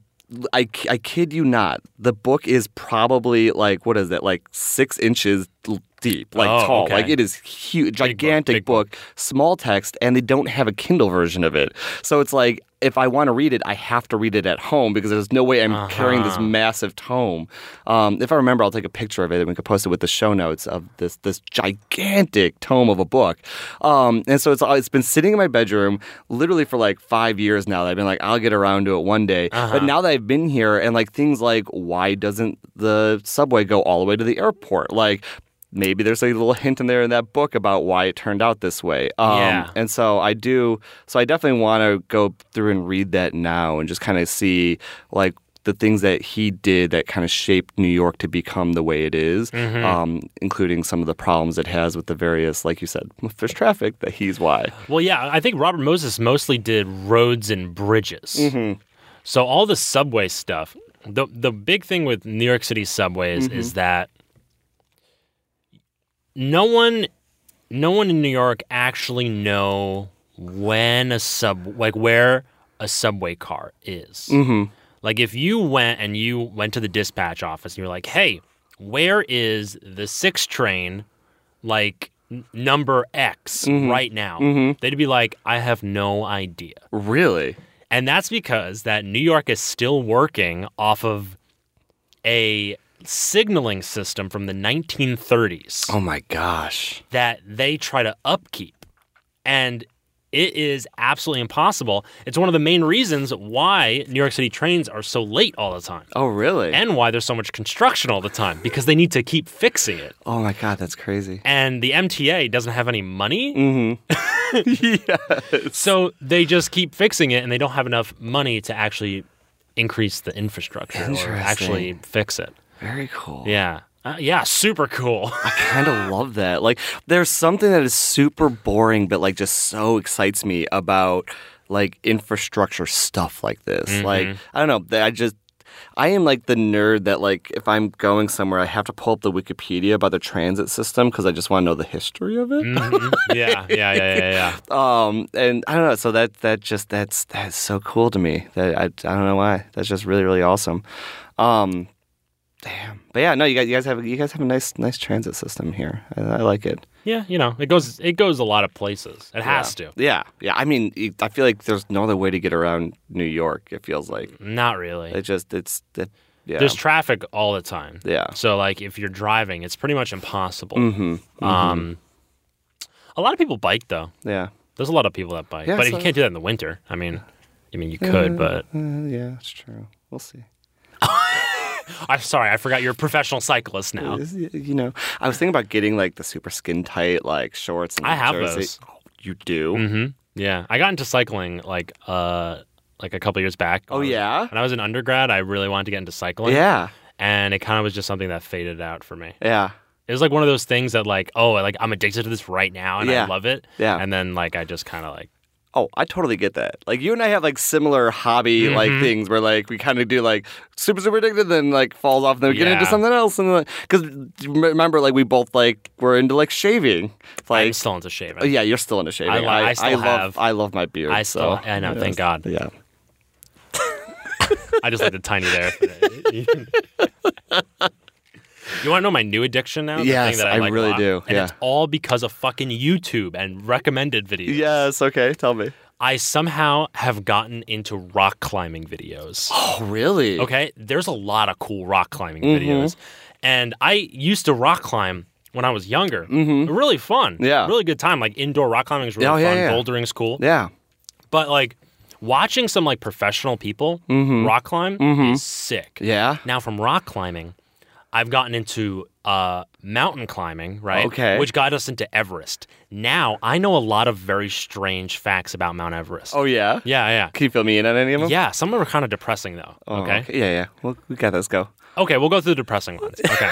Speaker 2: I, I kid you not, the book is probably like what is it like six inches l- deep, like
Speaker 1: Oh,
Speaker 2: tall,
Speaker 1: okay.
Speaker 2: like it is huge,
Speaker 1: book,
Speaker 2: gigantic
Speaker 1: big
Speaker 2: book, small text, and they don't have a Kindle version of it. So it's like. If I want to read it, I have to read it at home because there's no way I'm carrying
Speaker 1: Uh-huh.
Speaker 2: this massive tome. Um, if I remember, I'll take a picture of it and we can post it with the show notes of this this gigantic tome of a book. Um, and so it's it's been sitting in my bedroom literally for like five years now. That I've been like, I'll get around to it one day.
Speaker 1: Uh-huh.
Speaker 2: But now that I've been here, and like things like why doesn't the subway go all the way to the airport? Like. Maybe there's a little hint in there in that book about why it turned out this way. Um,
Speaker 1: Yeah.
Speaker 2: And so I do. So I definitely want to go through and read that now and just kind of see like the things that he did that kind of shaped New York to become the way it is, um, including some of the problems it has with the various, like you said, if there's traffic, that he's why.
Speaker 1: Well, yeah, I think Robert Moses mostly did roads and bridges.
Speaker 2: Mm-hmm.
Speaker 1: So all the subway stuff. The the big thing with New York City subways is that no one no one in New York actually know when a sub like where a subway car is.
Speaker 2: Mm. Mm-hmm.
Speaker 1: Like if you went and you went to the dispatch office and you're like, "Hey, where is the 6 train like n- number X right now?" They'd be like, "I have no idea."
Speaker 2: Really?
Speaker 1: And that's because that New York is still working off of a signaling system from the 1930s
Speaker 2: Oh my gosh.
Speaker 1: that they try to upkeep. And it is absolutely impossible. It's one of the main reasons why New York City trains are so late all the time
Speaker 2: Oh, really?
Speaker 1: and why there's so much construction all the time because they need to keep fixing it.
Speaker 2: oh my God, that's crazy.
Speaker 1: And the MTA doesn't have any money.
Speaker 2: Mm-hmm.
Speaker 1: So they just keep fixing it and they don't have enough money to actually increase the infrastructure or
Speaker 2: Interesting.
Speaker 1: actually fix it.
Speaker 2: Very cool.
Speaker 1: Yeah. Uh, yeah, super cool.
Speaker 2: kind of love that. Like, there's something that is super boring, but like just so excites me about like infrastructure stuff like this. Like, I don't know. that I just. I am like the nerd that like if I'm going somewhere I have to pull up the Wikipedia about the transit system because I just want to know the history of it.
Speaker 1: Mhm. yeah, yeah, yeah, yeah, yeah.
Speaker 2: Um, and I don't know. So that that just that's that's so cool to me. That I, I don't know why. That's just really really awesome. Um, damn. But yeah, no, you guys you guys have you guys have a nice nice transit system here. I, I like it.
Speaker 1: Yeah, you know, it goes it goes a lot of places. It has to.
Speaker 2: Yeah, yeah. I mean, it- I feel like there's no other way to get around New York. It feels like
Speaker 1: Not really.
Speaker 2: it just it's it, Yeah.
Speaker 1: Mm-hmm. There's traffic all the time.
Speaker 2: Yeah. Mm-hmm.
Speaker 1: So like if you're driving, it's pretty much impossible. Um, a lot of people bike though.
Speaker 2: Uh, yeah.
Speaker 1: There's a lot of people that bike,
Speaker 2: Yeah,
Speaker 1: but you
Speaker 2: so-
Speaker 1: can't do that in the winter. I mean, I mean you could, but
Speaker 2: Uh, yeah, that's true. We'll see.
Speaker 1: I'm sorry, I forgot you're a professional cyclist now.
Speaker 2: Is- You know, I was thinking about getting like the super skin tight like shorts. And
Speaker 1: I have
Speaker 2: jersey.
Speaker 1: those.
Speaker 2: Oh, you do?
Speaker 1: hmm Yeah, I got into cycling like uh like a couple years back.
Speaker 2: Oh, yeah?
Speaker 1: When I was in undergrad, I really wanted to get into cycling.
Speaker 2: Yeah,
Speaker 1: And it kind of was just something that faded out for me.
Speaker 2: yeah,
Speaker 1: It was like one of those things that like, oh, like I'm addicted to this right now and
Speaker 2: Yeah.
Speaker 1: I love it.
Speaker 2: yeah.
Speaker 1: And then like I just kind of like
Speaker 2: oh, I totally get that. Like you and I have like similar hobby like
Speaker 1: Mm-hmm.
Speaker 2: things where like we kind of do like super super addicted, then like falls off, and then we get into
Speaker 1: Yeah.
Speaker 2: something else, and then because remember like we both like were into like shaving.
Speaker 1: I'm
Speaker 2: Like
Speaker 1: still into shaving.
Speaker 2: oh, yeah, you're still into shaving.
Speaker 1: li- I still
Speaker 2: love
Speaker 1: have-
Speaker 2: I love my beard.
Speaker 1: I still,
Speaker 2: so,
Speaker 1: I know.
Speaker 2: yes.
Speaker 1: Thank God.
Speaker 2: Yeah.
Speaker 1: I just like the tiny there. you want to know my new addiction now? The
Speaker 2: Yes,
Speaker 1: thing that I,
Speaker 2: I
Speaker 1: like a
Speaker 2: really
Speaker 1: lot?
Speaker 2: do,
Speaker 1: And it's
Speaker 2: yeah.
Speaker 1: all because of fucking YouTube and recommended videos.
Speaker 2: Yes. Okay. Tell me.
Speaker 1: I somehow have gotten into rock climbing videos.
Speaker 2: Oh, really?
Speaker 1: Okay, there's a lot of cool rock climbing
Speaker 2: Mm-hmm.
Speaker 1: videos, and I used to rock climb when I was younger. Really fun.
Speaker 2: Mm-hmm. Yeah.
Speaker 1: really good time. Like indoor rock climbing is really
Speaker 2: Oh,
Speaker 1: fun.
Speaker 2: yeah, yeah.
Speaker 1: Bouldering's cool.
Speaker 2: Yeah.
Speaker 1: But like watching some like professional people
Speaker 2: Mm-hmm.
Speaker 1: rock climb is sick.
Speaker 2: Yeah.
Speaker 1: Now from rock climbing, I've gotten into uh, mountain climbing, right?
Speaker 2: Okay.
Speaker 1: Which got us into Everest. Now I know a lot of very strange facts about Mount Everest.
Speaker 2: Oh, yeah.
Speaker 1: yeah, yeah.
Speaker 2: Can you fill me in on any of them?
Speaker 1: Yeah, some of them are kind of depressing though.
Speaker 2: Oh,
Speaker 1: okay?
Speaker 2: Yeah, yeah. Well, we got this. Go.
Speaker 1: Okay, we'll go through the depressing ones. Okay.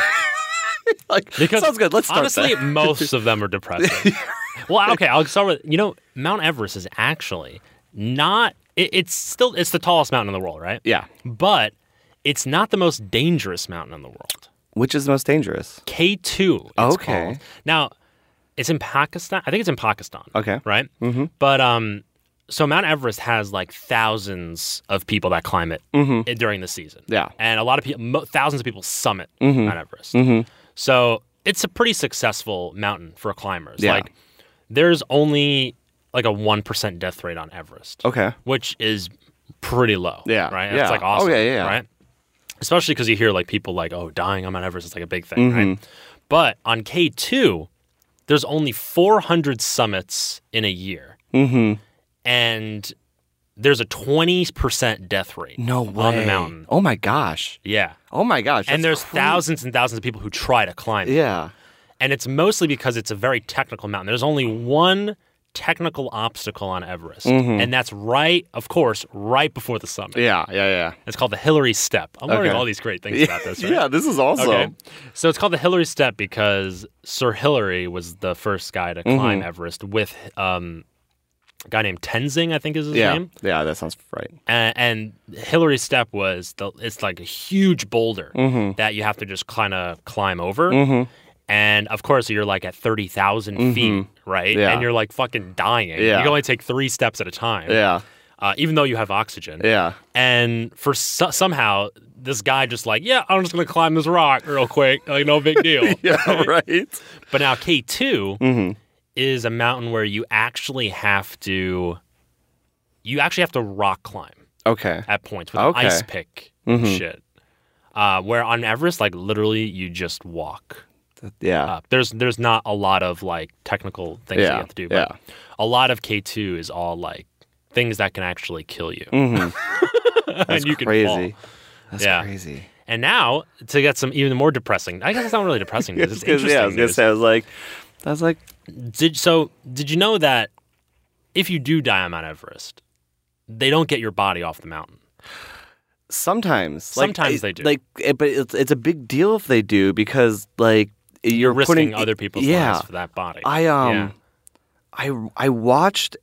Speaker 2: Like,
Speaker 1: Because
Speaker 2: sounds good. Let's start
Speaker 1: honestly,
Speaker 2: there.
Speaker 1: most of them are depressing. well, okay, I'll start with you know Mount Everest is actually not. It, it's still it's the tallest mountain in the world, right?
Speaker 2: Yeah.
Speaker 1: But it's not the most dangerous mountain in the world.
Speaker 2: Which is the most dangerous?
Speaker 1: K two.
Speaker 2: Okay.
Speaker 1: Called. Now, it's in Pakistan. I think it's in Pakistan.
Speaker 2: Okay.
Speaker 1: Right. Mm-hmm. But um, so Mount Everest has like thousands of people that climb it i- during the season.
Speaker 2: Mm-hmm. Yeah. Mm-hmm.
Speaker 1: And a lot of people, mo- thousands of people summit Mount Everest. So it's a pretty successful mountain for climbers.
Speaker 2: Yeah.
Speaker 1: Like, there's only like a one percent death rate on Everest
Speaker 2: Okay.
Speaker 1: which is pretty low.
Speaker 2: Yeah,
Speaker 1: Right.
Speaker 2: yeah.
Speaker 1: It's like awesome.
Speaker 2: Oh, yeah, yeah, yeah.
Speaker 1: Right. Especially because you hear like people like, oh, dying on Mount Everest is like a big thing, right?
Speaker 2: Mm-hmm.
Speaker 1: But on K two, there's only 400 summits in a year, mm-hmm. and there's a 20 percent death rate.
Speaker 2: No way.
Speaker 1: on the mountain.
Speaker 2: Oh my gosh.
Speaker 1: Yeah.
Speaker 2: Oh my gosh.
Speaker 1: And
Speaker 2: that's
Speaker 1: there's
Speaker 2: cra-
Speaker 1: thousands and thousands of people who try to climb it.
Speaker 2: Yeah.
Speaker 1: And it's mostly because it's a very technical mountain. There's only one technical obstacle on Everest.
Speaker 2: Mm-hmm.
Speaker 1: And that's right, of course, right before the summit.
Speaker 2: Yeah. Yeah. Yeah.
Speaker 1: It's called the Hillary Step. I'm learning
Speaker 2: Okay.
Speaker 1: all these great things about this. Right?
Speaker 2: Yeah. This is awesome.
Speaker 1: Okay. So it's called the Hillary Step because Sir Hillary was the first guy
Speaker 2: Mm-hmm.
Speaker 1: to climb Everest with um, a guy named Tenzing, I think is his
Speaker 2: Yeah.
Speaker 1: name.
Speaker 2: Yeah. That sounds right.
Speaker 1: And, and Hillary Step was the it's like a huge boulder
Speaker 2: Mm-hmm.
Speaker 1: that you have to just kind of climb over. And of course, you're like at 30,000 feet, right?
Speaker 2: Mm-hmm. Yeah.
Speaker 1: And you're like fucking dying. You
Speaker 2: Yeah.
Speaker 1: can only take three steps at a time,
Speaker 2: Yeah.
Speaker 1: uh, even though you have oxygen
Speaker 2: Yeah.
Speaker 1: and for so- somehow this guy just like yeah i'm just gonna climb this rock real quick like no big deal
Speaker 2: Yeah. Right.
Speaker 1: but now k2
Speaker 2: Mm-hmm.
Speaker 1: is a mountain where you actually have to you actually have to rock climb
Speaker 2: Okay.
Speaker 1: at points with an
Speaker 2: Okay. Mm-hmm.
Speaker 1: ice pick shit uh, where on everest like literally you just walk
Speaker 2: Yeah.
Speaker 1: up there's there's not a lot of like technical things that
Speaker 2: Yeah,
Speaker 1: you have to do but a lot of k2 is all like things that can actually kill you
Speaker 2: Mm-hmm. That's
Speaker 1: and you
Speaker 2: crazy.
Speaker 1: can fall
Speaker 2: That's
Speaker 1: Yeah.
Speaker 2: crazy.
Speaker 1: And now to get some even more depressing. I guess it's not really depressing. News. It's
Speaker 2: Because,
Speaker 1: interesting.
Speaker 2: yeah, I was gonna
Speaker 1: news.
Speaker 2: say, I was like, I was like,
Speaker 1: Did so? Did you know that if you do die on Mount Everest, they don't get your body off the mountain?
Speaker 2: Sometimes, like,
Speaker 1: Sometimes
Speaker 2: I-
Speaker 1: they do.
Speaker 2: Like, it, but it's it's a big deal if they do because like you're
Speaker 1: Risking
Speaker 2: putting
Speaker 1: other people's
Speaker 2: yeah.
Speaker 1: lives for that body.
Speaker 2: I um,
Speaker 1: Yeah.
Speaker 2: I I watched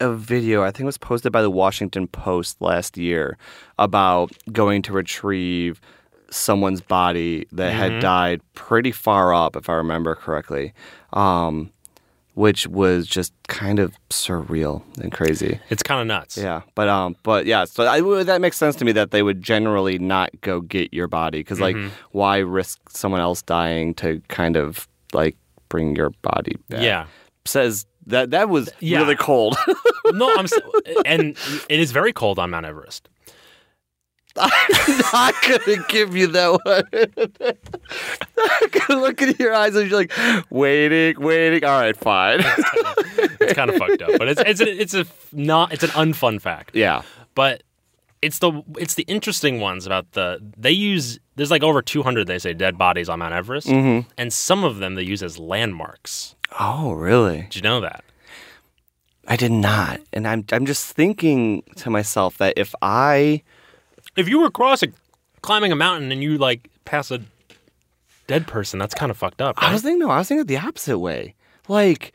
Speaker 2: a video. I think it was posted by the Washington Post last year about going to retrieve someone's body that had died pretty far up, if I remember correctly. Um, which was just kind of surreal and crazy.
Speaker 1: It's kind of nuts.
Speaker 2: Yeah, but um, but yeah, so I, that makes sense to me that they would generally not go get your body because like, why risk someone else dying to kind of like bring your body back?
Speaker 1: Yeah.
Speaker 2: says that that was
Speaker 1: Yeah.
Speaker 2: really cold.
Speaker 1: no, I'm. s- and it is very cold on Mount Everest.
Speaker 2: I'm not gonna give you that one. I'm gonna look into your eyes and you're like, waiting, waiting. All right, fine.
Speaker 1: It's kind of fucked up, but it's it's a, it's a f- not it's an unfun fact.
Speaker 2: yeah.
Speaker 1: But it's the it's the interesting ones about the they use there's like over 200 they say dead bodies on Mount Everest,
Speaker 2: Mm-hmm.
Speaker 1: and some of them they use as landmarks.
Speaker 2: Oh, really?
Speaker 1: Did you know that?
Speaker 2: I did not. And I'm I'm just thinking to myself that if I
Speaker 1: If you were crossing climbing a mountain and you like pass a dead person, that's kind of fucked up.
Speaker 2: I was thinking no, I was thinking the opposite way. Like,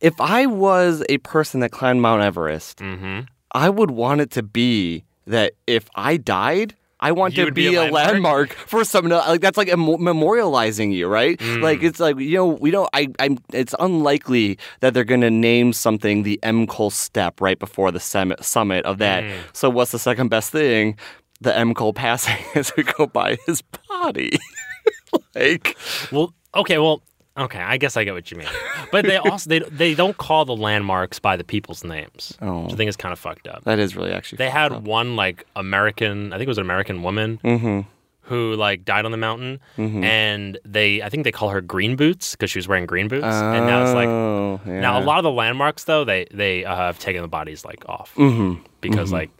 Speaker 2: if I was a person that climbed Mount Everest,
Speaker 1: mm-hmm.
Speaker 2: I would want it to be that if I died, I want
Speaker 1: You
Speaker 2: to
Speaker 1: would be
Speaker 2: be,
Speaker 1: a
Speaker 2: a landmark for someone. else. Like that's like em- memorializing you, right?
Speaker 1: Hmm.
Speaker 2: Like it's like you know we don't. I I'm. It's unlikely that they're going to name something the M Cole step right before the summit summit of that.
Speaker 1: Hmm.
Speaker 2: So what's the second best thing? The M Cole passing as we go by his body. like
Speaker 1: Well, okay, well, okay, I guess I get what you mean. But they also they they don't call the landmarks by the people's names,
Speaker 2: Oh.
Speaker 1: which I think is kind of fucked up.
Speaker 2: that is really actually.
Speaker 1: They had one like American, I think it was an American woman
Speaker 2: Mm-hmm.
Speaker 1: who like died on the mountain, and they I think they call her Green Boots because she was wearing green boots, and now it's like.
Speaker 2: Oh, yeah.
Speaker 1: Now a lot of the landmarks though they they uh, have taken the bodies like off
Speaker 2: Mm-hmm.
Speaker 1: because like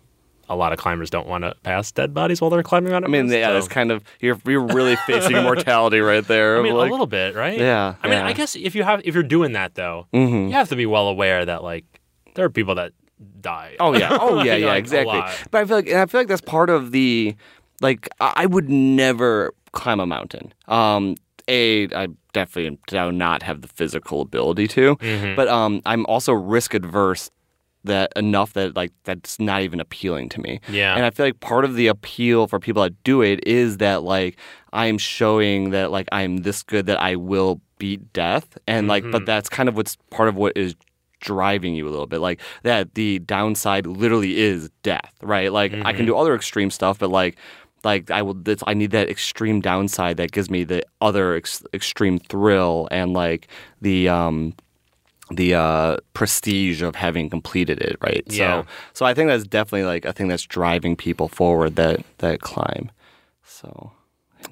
Speaker 1: a lot of climbers don't want to pass dead bodies while they're climbing around.
Speaker 2: I mean, yeah, that's kind of you're you're really facing mortality right there.
Speaker 1: I mean,
Speaker 2: Like,
Speaker 1: a little bit, right?
Speaker 2: Yeah,
Speaker 1: I mean,
Speaker 2: yeah. Mm-hmm.
Speaker 1: I guess if you have if you're doing that though, you have to be well aware that like there are people that die.
Speaker 2: Oh yeah. Oh yeah.
Speaker 1: Like,
Speaker 2: Yeah.
Speaker 1: a
Speaker 2: Exactly.
Speaker 1: lot.
Speaker 2: But I feel like, and I feel like that's part of the, like, I I would never climb a mountain. Um, a, I definitely do not have the physical ability
Speaker 1: Mm.
Speaker 2: to.
Speaker 1: Mm-hmm.
Speaker 2: But um, I'm also risk adverse. That enough that like that's not even appealing to me.
Speaker 1: Yeah.
Speaker 2: and I feel like part of the appeal for people that do it is that like I am showing that like I am this good that I will beat death, and like but that's kind of what's part of what is driving you a little bit like that the downside literally is death right like i can do other extreme stuff but like like i will that's i need that extreme downside that gives me the other ex- extreme thrill and like the um the uh prestige of having completed it right
Speaker 1: Yeah.
Speaker 2: so so i think that's definitely like a thing that's driving people forward that that climb so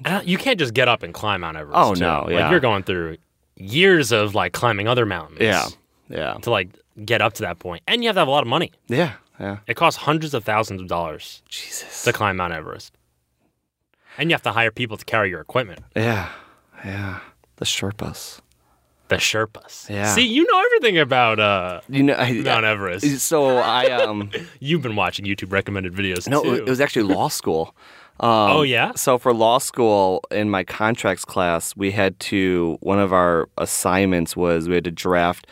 Speaker 1: And I- you can't just get up and climb Mount Everest.
Speaker 2: Oh,
Speaker 1: too.
Speaker 2: no,
Speaker 1: like
Speaker 2: yeah.
Speaker 1: you're going through years of like climbing other mountains.
Speaker 2: yeah yeah
Speaker 1: to like get up to that point, and you have to have a lot of money.
Speaker 2: yeah yeah
Speaker 1: It costs hundreds of thousands of dollars
Speaker 2: jesus
Speaker 1: to climb Mount Everest, and you have to hire people to carry your equipment.
Speaker 2: yeah yeah the sherpas
Speaker 1: The Sherpas.
Speaker 2: Yeah.
Speaker 1: See, you know everything about uh,
Speaker 2: you know I,
Speaker 1: Mount Everest.
Speaker 2: So I um
Speaker 1: You've been watching YouTube recommended videos
Speaker 2: no,
Speaker 1: too.
Speaker 2: it was actually law school. Um,
Speaker 1: Oh, yeah?
Speaker 2: So for law school in my contracts class, we had to one of our assignments was we had to draft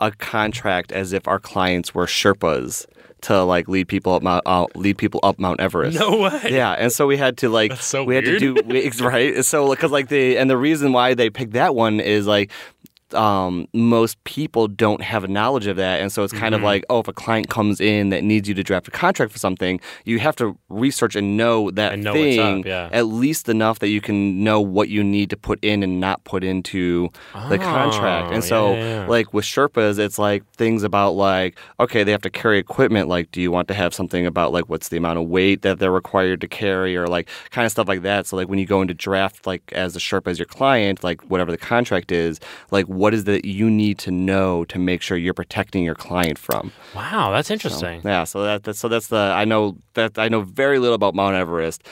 Speaker 2: a contract as if our clients were Sherpas to like lead people up Mount uh, lead people up Mount Everest.
Speaker 1: no way.
Speaker 2: Yeah, and so we had to like
Speaker 1: so
Speaker 2: we had to
Speaker 1: weird.
Speaker 2: do we- ex- right. So because like the and the reason why they picked that one is like um, most people don't have a knowledge of that, and so it's
Speaker 1: Mm-hmm.
Speaker 2: kind of like oh, if a client comes in that needs you to draft a contract for something, you have to research and know that
Speaker 1: And know what's
Speaker 2: thing
Speaker 1: up, yeah.
Speaker 2: at least enough that you can know what you need to put in and not put into the contract.
Speaker 1: Oh,
Speaker 2: And so
Speaker 1: yeah, yeah, yeah.
Speaker 2: like with Sherpas, it's like things about like okay, they have to carry equipment. Like, do you want to have something about like what's the amount of weight that they're required to carry, or like kind of stuff like that. So like when you go into draft, like as a Sherpa as your client, like whatever the contract is, like what is that you need to know to make sure you're protecting your client from.
Speaker 1: Wow, that's interesting.
Speaker 2: Yeah, so that, that so that's the I know that I know very little about Mount Everest.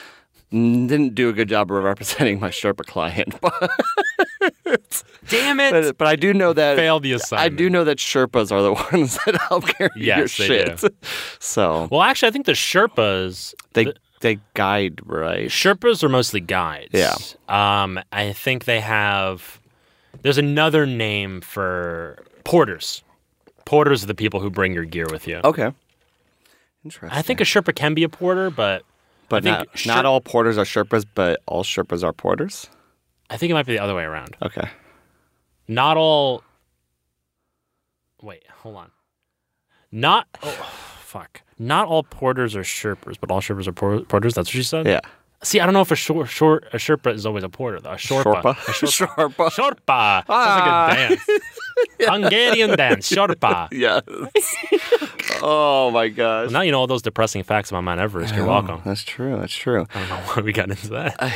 Speaker 2: Mm, Didn't do a good job of representing my Sherpa client, but
Speaker 1: Damn it!
Speaker 2: but, uh, but I do know that
Speaker 1: Fail the
Speaker 2: I
Speaker 1: assignment.
Speaker 2: do know that Sherpas are the ones that help carry your
Speaker 1: Yes, they
Speaker 2: shit.
Speaker 1: do.
Speaker 2: So
Speaker 1: Well, actually, I think the Sherpas
Speaker 2: they they guide right.
Speaker 1: Sherpas are mostly guides.
Speaker 2: Yeah.
Speaker 1: Um, I think they have. There's another name for porters. Porters are the people who bring your gear with you.
Speaker 2: Okay, interesting.
Speaker 1: I think a Sherpa can be a porter, but
Speaker 2: but
Speaker 1: think
Speaker 2: not
Speaker 1: Sher-
Speaker 2: not all porters are Sherpas, but all Sherpas are porters.
Speaker 1: I think it might be the other way around.
Speaker 2: Okay,
Speaker 1: Not all. Wait, hold on. Not. Oh, fuck. Not all porters are Sherpas, but all Sherpas are por- porters. That's what she said.
Speaker 2: yeah,
Speaker 1: See, I don't know if a short, short a Sherpa is always a porter though. A Sherpa.
Speaker 2: Sherpa,
Speaker 1: A Sherpa.
Speaker 2: Sherpa. Ah.
Speaker 1: Sherpa. Sounds like a dance. Hungarian dance, Sherpa.
Speaker 2: Yes. oh my gosh.
Speaker 1: Well, now you know all those depressing facts about Mount Everest.
Speaker 2: Oh.
Speaker 1: You're welcome.
Speaker 2: That's true. That's true.
Speaker 1: I don't know why we got into
Speaker 2: Uh,
Speaker 1: that.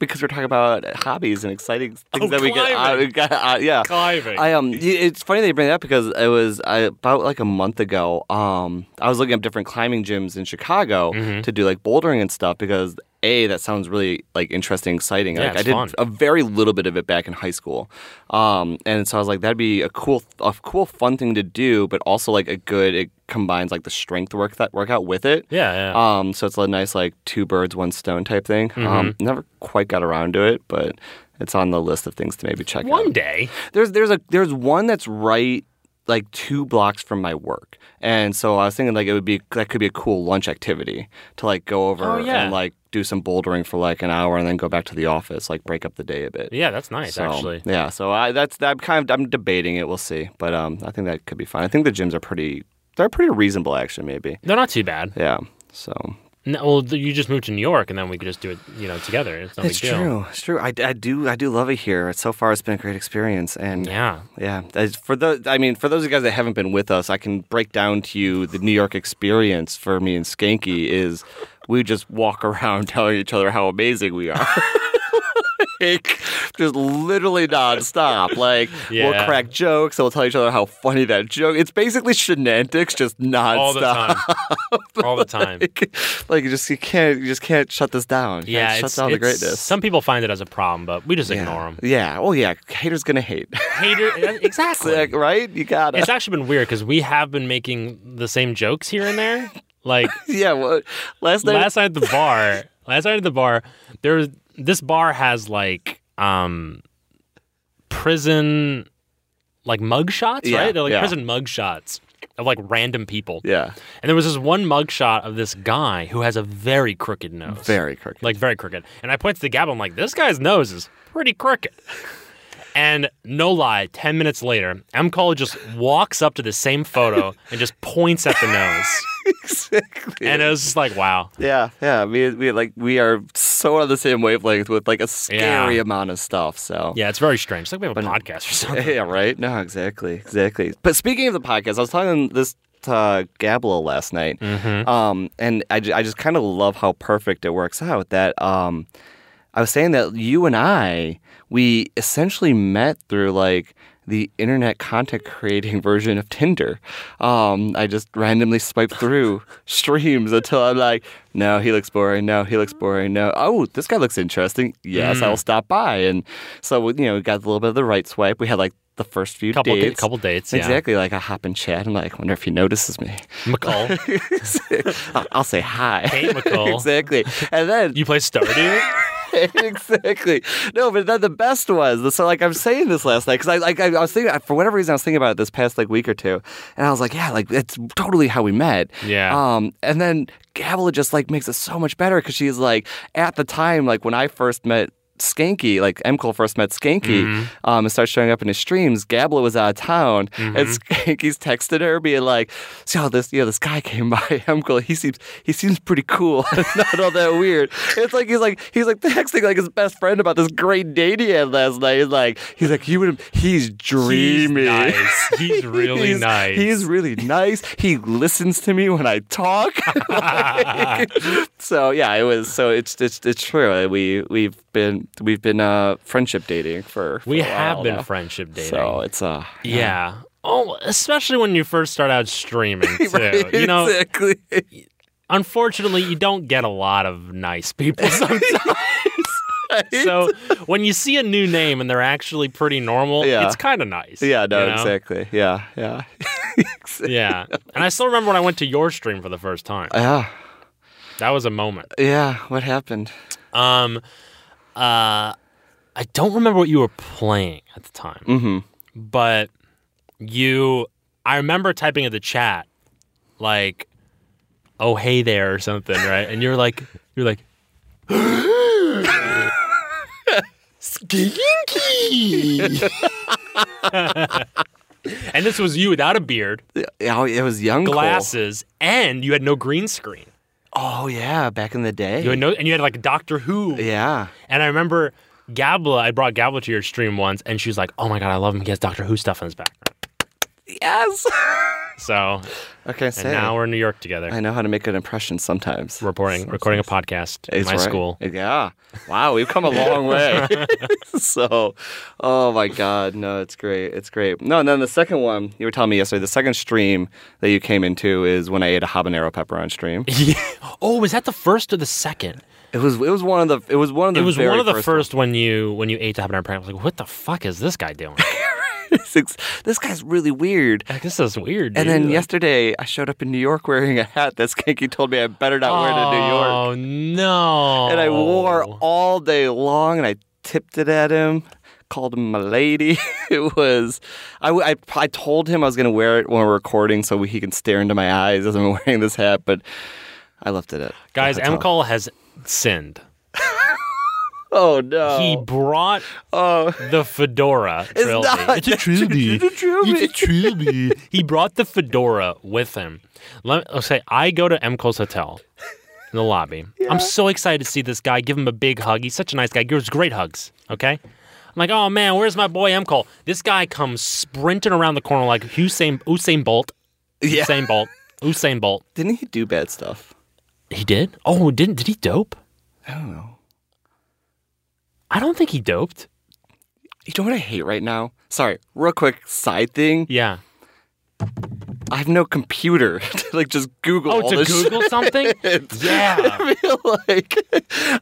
Speaker 2: Because we're talking about hobbies and exciting things
Speaker 1: Oh,
Speaker 2: that we get. out-
Speaker 1: climbing.
Speaker 2: we got out- yeah.
Speaker 1: Climbing.
Speaker 2: I um. y- It's funny that you bring that up because it was I, about like a month ago. Um, I was looking up different climbing gyms in Chicago
Speaker 1: Mm-hmm.
Speaker 2: to do like bouldering and stuff because. A, that sounds really like interesting, exciting.
Speaker 1: Yeah,
Speaker 2: like, I
Speaker 1: it's
Speaker 2: did
Speaker 1: fun.
Speaker 2: a very little bit of it back in high school, um, and so I was like, that'd be a cool, a cool, fun thing to do, but also like a good. It combines like the strength work that workout with it.
Speaker 1: Yeah, yeah. Mm-hmm.
Speaker 2: Um, so it's a nice like two birds, one stone type thing. Um, never quite got around to it, but it's on the list of things to maybe check out.
Speaker 1: One day.
Speaker 2: There's there's a there's one that's right like two blocks from my work, and so I was thinking like it would be that could be a cool lunch activity to like go over
Speaker 1: Oh, yeah.
Speaker 2: and like do some bouldering for like an hour and then go back to the office, like break up the day a bit.
Speaker 1: Yeah, that's nice,
Speaker 2: So,
Speaker 1: actually.
Speaker 2: yeah, so I that's that kind of I'm debating it. We'll see, but um, I think that could be fun. I think the gyms are pretty they're pretty reasonable actually, maybe.
Speaker 1: They're not too bad.
Speaker 2: Yeah, so
Speaker 1: No, well, th- you just moved to New York, and then we could just do it, you know, together. It's no
Speaker 2: It's
Speaker 1: big deal.
Speaker 2: true. It's true. I, I do I do love it here. So far, it's been a great experience, and
Speaker 1: Yeah.
Speaker 2: yeah. As For the I mean, for those of you guys that haven't been with us, I can break down to you the New York experience for me and Skanky is we just walk around telling each other how amazing we are. Like, just literally nonstop. Like we'll
Speaker 1: Yeah.
Speaker 2: crack jokes, and we'll tell each other how funny that joke. It's basically shenanigans, just nonstop.
Speaker 1: All the time. All the time.
Speaker 2: like you just you can't you just can't shut this down. You
Speaker 1: Yeah,
Speaker 2: can't shut
Speaker 1: it's,
Speaker 2: down the
Speaker 1: it's-
Speaker 2: greatness.
Speaker 1: Some people find it as a problem, but we just ignore them.
Speaker 2: Yeah. Well, yeah. Haters gonna hate.
Speaker 1: Hater, exactly.
Speaker 2: Like, right? You gotta.
Speaker 1: It's actually been weird because we have been making the same jokes here and there. Like
Speaker 2: yeah. Well, last night.
Speaker 1: last night at the bar, last night at the bar, there was, this bar has like um prison like mug shots,
Speaker 2: Yeah,
Speaker 1: right? They're like
Speaker 2: yeah.
Speaker 1: prison mug shots of like random people.
Speaker 2: yeah.
Speaker 1: And there was this one mugshot of this guy who has a very crooked nose.
Speaker 2: Very crooked.
Speaker 1: Like very crooked. And I point to the gavel, I'm like, this guy's nose is pretty crooked. And no lie, ten minutes later, M Cole just walks up to the same photo and just points at the nose.
Speaker 2: exactly.
Speaker 1: And it was just like, wow.
Speaker 2: yeah. Yeah. We we like we are so on the same wavelength with like a scary
Speaker 1: Yeah.
Speaker 2: amount of stuff. So.
Speaker 1: Yeah, it's very strange. It's like we have a podcast or something.
Speaker 2: Yeah, right? No, exactly. Exactly. But speaking of the podcast, I was talking this to Gablo last night.
Speaker 1: Mm-hmm.
Speaker 2: Um, and I, ju- I just kind of love how perfect it works out that um, I was saying that you and I, we essentially met through like the internet content creating version of Tinder. Um, I just randomly swiped through streams until I'm like, no, he looks boring. No, he looks boring. No, oh, this guy looks interesting. Yes,
Speaker 1: Mm.
Speaker 2: I'll stop by. And so, you know, we got a little bit of the right swipe. We had like the first few
Speaker 1: Couple
Speaker 2: dates.
Speaker 1: couple dates, yeah.
Speaker 2: Exactly, like I hop and chat and like wonder if he notices me.
Speaker 1: McCall.
Speaker 2: I'll- I'll say hi.
Speaker 1: Hey, McCall.
Speaker 2: exactly, and then
Speaker 1: You play Stardew?
Speaker 2: exactly. No, but then the best was so like I'm saying this last night because I like I, I was thinking for whatever reason I was thinking about it this past like week or two, and I was like, yeah, like that's totally how we met.
Speaker 1: Yeah.
Speaker 2: Um, and then Gavila just like makes it so much better because she's like at the time like when I first met. Skanky, like M. Cole first met Skanky
Speaker 1: Mm-hmm.
Speaker 2: um, and started showing up in his streams. Gabla was out of town, and
Speaker 1: Mm-hmm.
Speaker 2: Skanky's texted her, being like, "See how this, you know, this guy came by. M. Cole, he seems, he seems pretty cool, not all that weird." It's like he's like, he's like texting like his best friend about this great date he had last night. He's like, he's like, he would, he's
Speaker 1: He's
Speaker 2: dreamy.
Speaker 1: nice. He's really
Speaker 2: He's-
Speaker 1: nice.
Speaker 2: He's really nice. He listens to me when I talk. Like, so yeah, it was. So it's it's it's true. Uh, We we've been we've been uh friendship dating for. for
Speaker 1: we
Speaker 2: a while
Speaker 1: have been
Speaker 2: now.
Speaker 1: friendship dating.
Speaker 2: So it's uh
Speaker 1: yeah. Oh, especially when you first start out streaming too. You know,
Speaker 2: exactly.
Speaker 1: unfortunately, you don't get a lot of nice people sometimes. so when you see a new name and they're actually pretty normal,
Speaker 2: Yeah.
Speaker 1: it's kind of nice.
Speaker 2: Yeah, no,
Speaker 1: you know?
Speaker 2: exactly. Yeah, yeah,
Speaker 1: Yeah, and I still remember when I went to your stream for the first time.
Speaker 2: yeah,
Speaker 1: That was a moment.
Speaker 2: yeah. What happened?
Speaker 1: Um, uh, I don't remember what you were playing at the time,
Speaker 2: Mm-hmm.
Speaker 1: but you, I remember typing in the chat like, "Oh hey there" or something, right? And you're like, you're like,
Speaker 2: Skanky.
Speaker 1: and this was you without a beard,
Speaker 2: oh, it was young. Cole.
Speaker 1: glasses, and you had no green screen.
Speaker 2: Oh yeah, back in the day.
Speaker 1: You had no, and you had like Doctor Who.
Speaker 2: yeah.
Speaker 1: And I remember Gabla, I brought Gabla to your stream once, and she was like, "Oh my god, I love him. He has Doctor Who stuff in his background."
Speaker 2: Yes.
Speaker 1: So,
Speaker 2: okay.
Speaker 1: and now we're in New York together,
Speaker 2: I know how to make an impression sometimes.
Speaker 1: reporting, recording a podcast in
Speaker 2: It's
Speaker 1: my
Speaker 2: right.
Speaker 1: school.
Speaker 2: Yeah. Wow, we've come a long way. so, oh my God, no, it's great. It's great. No, and then the second one you were telling me yesterday, the second stream that you came into is when I ate a habanero pepper on stream.
Speaker 1: oh, was that the first or the second?
Speaker 2: It was it was one of the it was one of the
Speaker 1: It was
Speaker 2: very
Speaker 1: one of the first,
Speaker 2: ones.
Speaker 1: when you when you ate the habanero pepper. I was like, "What the fuck is this guy doing?
Speaker 2: It's- this guy's really weird.
Speaker 1: like, this is weird."
Speaker 2: And
Speaker 1: dude.
Speaker 2: then
Speaker 1: Like,
Speaker 2: yesterday, I showed up in New York wearing a hat that Skanky told me I better not wear to New York.
Speaker 1: Oh no!
Speaker 2: and I wore
Speaker 1: Oh.
Speaker 2: all day long, and I tipped it at him, called him my lady. it was, I, w- I p- I told him I was going to wear it when we're recording so he can stare into my eyes as I'm wearing this hat, but I left it at.
Speaker 1: guys.
Speaker 2: the hotel.
Speaker 1: MCall has sinned.
Speaker 2: Oh no!
Speaker 1: He brought
Speaker 2: oh,
Speaker 1: the fedora
Speaker 2: it's
Speaker 1: trilogy.
Speaker 2: not.
Speaker 1: It's a trilogy.
Speaker 2: It's a trilogy.
Speaker 1: It's a trilogy. he brought the fedora with him. Let me say, I go to MCO's hotel in the lobby. I'm so excited to see this guy. Give him a big hug. He's such a nice guy. Gives great hugs. Okay. I'm like, oh man, where's my boy M. Cole? This guy comes sprinting around the corner like Usain Usain Bolt.
Speaker 2: Yeah.
Speaker 1: Usain Bolt. Usain Bolt.
Speaker 2: Didn't he do bad stuff?
Speaker 1: He did? Oh, didn't did he dope?
Speaker 2: I don't know.
Speaker 1: I don't think he doped.
Speaker 2: You know what I hate right now? Sorry, real quick side thing.
Speaker 1: Yeah.
Speaker 2: I have no computer to like just Google
Speaker 1: Oh,
Speaker 2: all
Speaker 1: to
Speaker 2: this shit.
Speaker 1: Google something? yeah.
Speaker 2: I feel like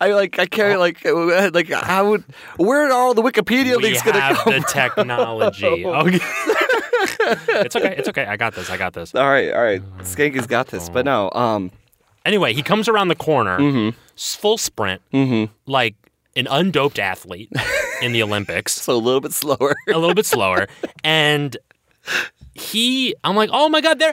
Speaker 2: I like I carry like uh, like I would. Where are all the Wikipedia
Speaker 1: we
Speaker 2: links gonna
Speaker 1: have
Speaker 2: come?
Speaker 1: the technology. Okay. it's okay. It's okay. I got this. I got this.
Speaker 2: all right, all right.
Speaker 1: Oh,
Speaker 2: Skanky's got this, but no. Um,
Speaker 1: Anyway, he comes around the corner, s- full sprint, like an undoped athlete in the Olympics,
Speaker 2: so a little bit slower.
Speaker 1: a little bit slower, and he, I'm like, oh my god, there,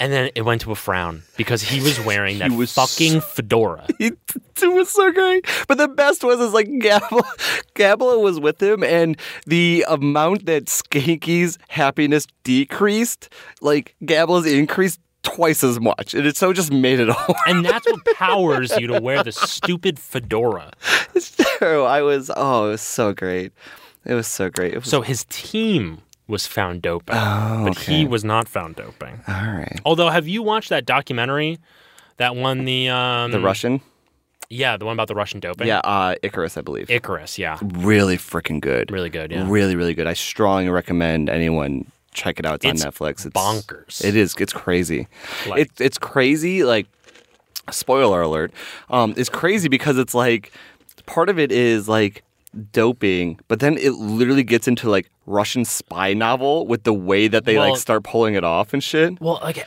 Speaker 1: and then it went to a frown because he was wearing that
Speaker 2: was
Speaker 1: fucking fedora.
Speaker 2: it was so great. But the best was is like Gabla, Gabla was with him, and the amount that Skanky's happiness decreased, like Gabla's increased twice as much, and it so just made it all
Speaker 1: And that's what powers you to wear the stupid fedora.
Speaker 2: so I was oh, it was so great. It was so great. It was,
Speaker 1: So his team was found doping,
Speaker 2: Oh,
Speaker 1: but he was not found doping.
Speaker 2: all right.
Speaker 1: Although, have you watched that documentary that won the um,
Speaker 2: The Russian,
Speaker 1: Yeah, the one about the Russian doping.
Speaker 2: yeah, uh, Icarus, I believe.
Speaker 1: Icarus. Yeah,
Speaker 2: really freaking good.
Speaker 1: really good. Yeah,
Speaker 2: Really, really good. I strongly recommend anyone check it out. It's,
Speaker 1: It's
Speaker 2: on Netflix. It's
Speaker 1: bonkers.
Speaker 2: It is. It's crazy.
Speaker 1: Like-
Speaker 2: It, it's crazy. Like, spoiler alert. Um, it's crazy because it's like part of it is like doping, but then it literally gets into like Russian spy novel with the way that they
Speaker 1: Well-
Speaker 2: like start pulling it off and shit.
Speaker 1: Well, like,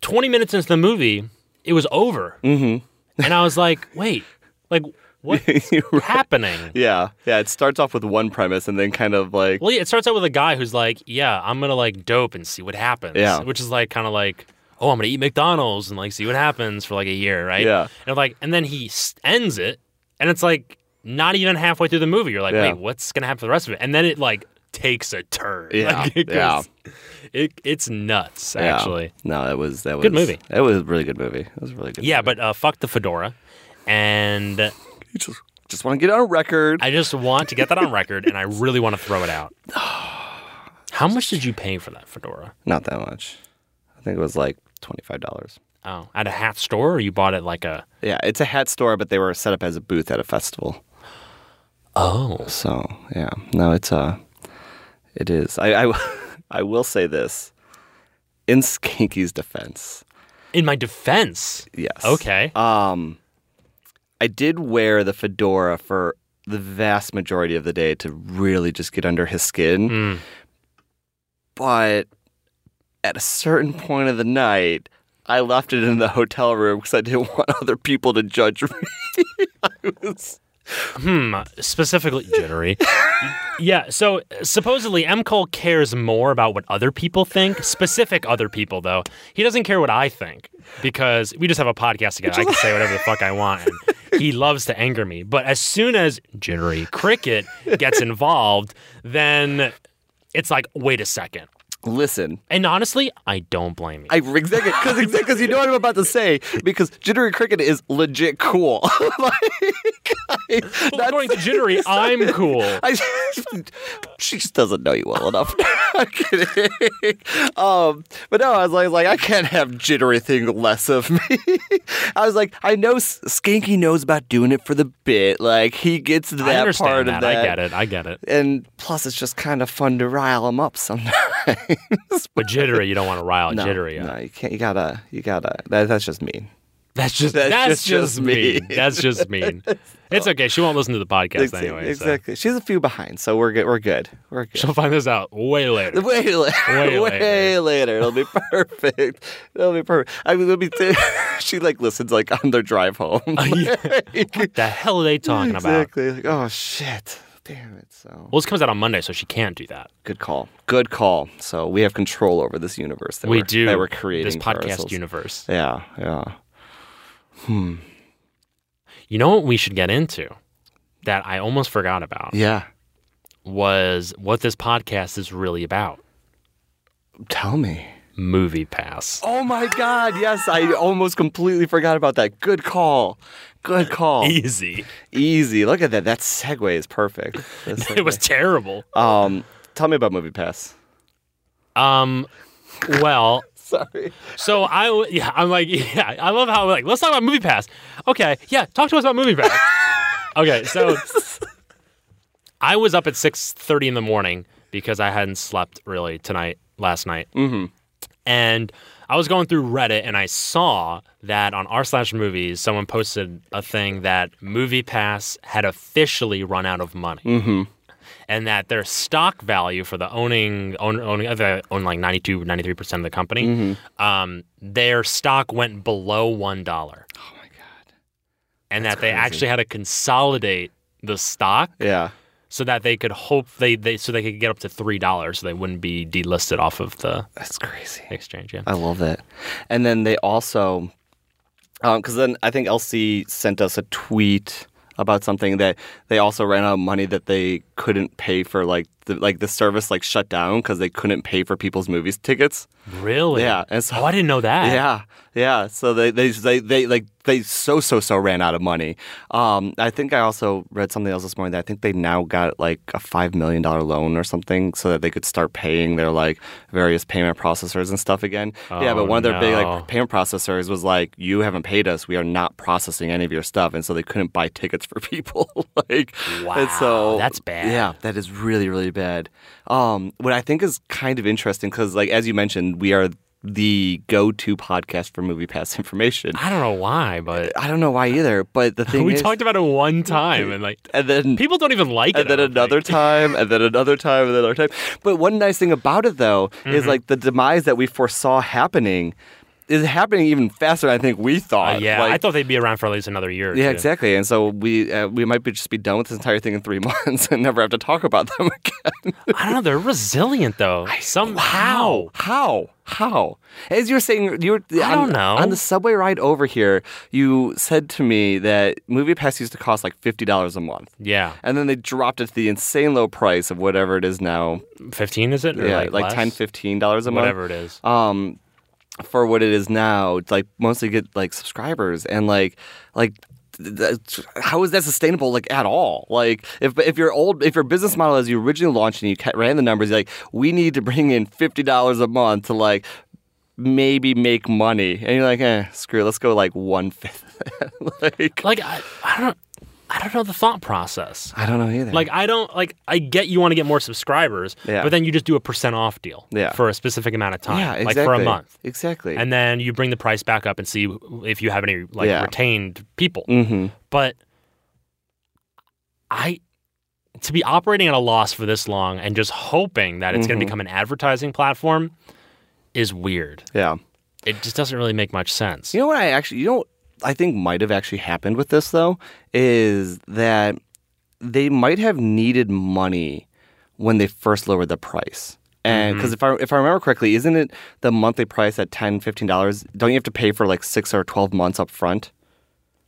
Speaker 1: twenty minutes into the movie, it was over, mm-hmm. and I was like, "Wait, like, what's happening?"
Speaker 2: Yeah, yeah. It starts off with one premise and then kind of like
Speaker 1: Well, yeah, it starts out with a guy who's like, "Yeah, I'm gonna like dope and see what happens."
Speaker 2: Yeah.
Speaker 1: which is like kind of like, "Oh, I'm gonna eat McDonald's and like see what happens for like a year, right?"
Speaker 2: Yeah.
Speaker 1: and I'm like, and then he s- ends it, and it's like not even halfway through the movie, you're like,
Speaker 2: Yeah.
Speaker 1: "Wait, what's gonna happen for the rest of it?" And then it like takes a turn.
Speaker 2: Yeah,
Speaker 1: Like, it
Speaker 2: yeah.
Speaker 1: goes- It, it's nuts,
Speaker 2: yeah.
Speaker 1: actually.
Speaker 2: No, that was that was
Speaker 1: Good movie.
Speaker 2: That was a really good movie. That was a really good.
Speaker 1: Yeah, but uh, fuck the fedora. And
Speaker 2: movie. You just just want to get on record.
Speaker 1: I just want to get that on record, and I really want to throw it out. How much did you pay for that fedora?
Speaker 2: Not that much. I think it was like twenty five dollars.
Speaker 1: Oh, at a hat store, or you bought it like a
Speaker 2: Yeah, it's a hat store, but they were set up as a booth at a festival.
Speaker 1: oh.
Speaker 2: So yeah, no, it's uh, it is. I I, I will say this, in Skanky's defense,
Speaker 1: In my defense,
Speaker 2: yes.
Speaker 1: okay,
Speaker 2: Um, I did wear the fedora for the vast majority of the day to really just get under his skin.
Speaker 1: Mm.
Speaker 2: But at a certain point of the night, I left it in the hotel room because I didn't want other people to judge me. I was,
Speaker 1: hmm, specifically jittery. yeah, so supposedly M Cole cares more about what other people think, specific other people though. He doesn't care what I think because we just have a podcast together. I can say whatever the fuck I want. And he loves to anger me, but as soon as jittery cricket gets involved, then it's like, wait a second.
Speaker 2: listen.
Speaker 1: And honestly, I don't blame you.
Speaker 2: I exactly because exactly, you know what I'm about to say because jittery cricket is legit cool. like, I,
Speaker 1: Well, according to Jittery, I'm cool.
Speaker 2: I, she just doesn't know you well enough. I'm kidding. Um, but no, I was like, like, I can't have jittery thing less of me. I was like, I know S- Skanky knows about doing it for the bit. Like he gets that
Speaker 1: I understand
Speaker 2: part
Speaker 1: that.
Speaker 2: of that.
Speaker 1: I get it. I get it.
Speaker 2: And plus, it's just kind of fun to rile him up sometimes.
Speaker 1: But jittery, you don't want to rile
Speaker 2: No,
Speaker 1: jittery. uh, up.
Speaker 2: No, you can't. You gotta. You gotta. That, that's just mean.
Speaker 1: That's just
Speaker 2: That's
Speaker 1: that's,
Speaker 2: just-
Speaker 1: just,
Speaker 2: just
Speaker 1: mean.
Speaker 2: mean.
Speaker 1: That's just mean. It's okay. She won't listen to the podcast
Speaker 2: Exactly.
Speaker 1: anyway. So.
Speaker 2: exactly. She's a few behind, so we're good. We're good. We're good.
Speaker 1: She'll find this out way later.
Speaker 2: Way later. Way,
Speaker 1: Way later.
Speaker 2: later. It'll be perfect. It'll be perfect. I mean, it'll be. she like listens like on their drive home.
Speaker 1: What the hell are they talking about?
Speaker 2: exactly. Like, oh shit. Damn it. So
Speaker 1: Well, this comes out on Monday, so she can't do that.
Speaker 2: good call. Good call. So we have control over this universe that
Speaker 1: we
Speaker 2: we're,
Speaker 1: do.
Speaker 2: that we're creating
Speaker 1: this
Speaker 2: for
Speaker 1: podcast
Speaker 2: ourselves.
Speaker 1: universe.
Speaker 2: Yeah. Yeah.
Speaker 1: You know what we should get into that I almost forgot about
Speaker 2: Yeah.
Speaker 1: was what this podcast is really about.
Speaker 2: Tell me.
Speaker 1: Movie Pass.
Speaker 2: Oh my God! Yes, I almost completely forgot about that. Good call, good call.
Speaker 1: E-, Easy.
Speaker 2: Easy. Look at that. That segue is perfect. That
Speaker 1: It was
Speaker 2: segue.
Speaker 1: terrible.
Speaker 2: Um, tell me about Movie Pass.
Speaker 1: Um, well,
Speaker 2: Sorry.
Speaker 1: so I, w- yeah, I'm like, yeah, I love how like, let's talk about Movie Pass. Okay, yeah, talk to us about Movie Pass. okay, so I was up at six thirty in the morning because I hadn't slept really tonight, last night, mm-hmm. and I was going through Reddit and I saw that on r slash movies someone posted a thing that Movie Pass had officially run out of money and that their stock value for the owning own, owning I think I own like 92 93 percent of the company um, their stock went below one dollar
Speaker 2: Oh my God.
Speaker 1: and that they actually had to consolidate the stock
Speaker 2: Yeah.
Speaker 1: so that they could hope they, they so they could get up to three dollars so they wouldn't be delisted off of the
Speaker 2: That's crazy.
Speaker 1: exchange yeah
Speaker 2: I love that. And then they also, because then I think LC sent us a tweet about something that they also ran out of money that they couldn't pay for, like the like the service like shut down because they couldn't pay for people's movies tickets.
Speaker 1: really
Speaker 2: Yeah, and so-
Speaker 1: oh I didn't know that
Speaker 2: Yeah, yeah. So they they they, they like they so so so ran out of money. Um, I think I also read something else this morning that I think they now got like a five million dollar loan or something so that they could start paying their like various payment processors and stuff again. yeah, but
Speaker 1: Oh,
Speaker 2: one of their big
Speaker 1: no.
Speaker 2: like payment processors was like, "You haven't paid us. We are not processing any of your stuff," and so they couldn't buy tickets for people. like, and so
Speaker 1: Wow, that's bad.
Speaker 2: Yeah, that is really, really bad. Um, what I think is kind of interesting because, like as you mentioned, we are the go-to podcast for movie pass information.
Speaker 1: I don't know why but
Speaker 2: I don't know why either, but the thing
Speaker 1: we
Speaker 2: is,
Speaker 1: talked about it one time and like
Speaker 2: and then
Speaker 1: people don't even like it
Speaker 2: and then
Speaker 1: I don't
Speaker 2: another
Speaker 1: think.
Speaker 2: time, and then another time, and then another time. But one nice thing about it, though,
Speaker 1: Mm-hmm.
Speaker 2: is like the demise that we foresaw happening is happening even faster than I think we thought.
Speaker 1: Uh, yeah
Speaker 2: Like,
Speaker 1: I thought they'd be around for at least another year or
Speaker 2: Yeah,
Speaker 1: two.
Speaker 2: exactly. And so we uh, we might be just be done with this entire thing in three months and never have to talk about them again.
Speaker 1: I don't know. They're resilient though. Somehow.
Speaker 2: How? How? As you were saying, you were
Speaker 1: I
Speaker 2: on,
Speaker 1: don't know.
Speaker 2: on the subway ride over here. You said to me that Movie Pass used to cost like fifty dollars a month,
Speaker 1: Yeah.
Speaker 2: and then they dropped it to the insane low price of whatever it is now.
Speaker 1: Fifteen is it? Or
Speaker 2: yeah,
Speaker 1: like,
Speaker 2: like
Speaker 1: less?
Speaker 2: ten, fifteen dollars a month.
Speaker 1: Whatever it is.
Speaker 2: um for what it is now it's like mostly get like subscribers and like like th- th- how is that sustainable like at all like if if your old if your business model as you originally launched and you ca- ran the numbers you're like we need to bring in $50 a month to like maybe make money and you're like eh screw it, let's go like one fifth like
Speaker 1: like I, I don't I don't know the thought process.
Speaker 2: i don't know either
Speaker 1: Like I don't like I get you want to get more subscribers,
Speaker 2: Yeah.
Speaker 1: but then you just do a percent off deal
Speaker 2: Yeah.
Speaker 1: for a specific amount of time.
Speaker 2: yeah exactly
Speaker 1: Like for a month.
Speaker 2: exactly
Speaker 1: And then you bring the price back up and see if you have any like
Speaker 2: Yeah.
Speaker 1: retained people.
Speaker 2: mm-hmm.
Speaker 1: But I to be operating at a loss for this long and just hoping that it's going
Speaker 2: Mm-hmm.
Speaker 1: to become an advertising platform is weird.
Speaker 2: yeah
Speaker 1: It just doesn't really make much sense.
Speaker 2: You know what I actually, you know, what I think might have actually happened with this though is that they might have needed money when they first lowered the price. And because if I if I remember correctly, isn't it the monthly price at $10, $15? Don't you have to pay for like six or twelve months up front,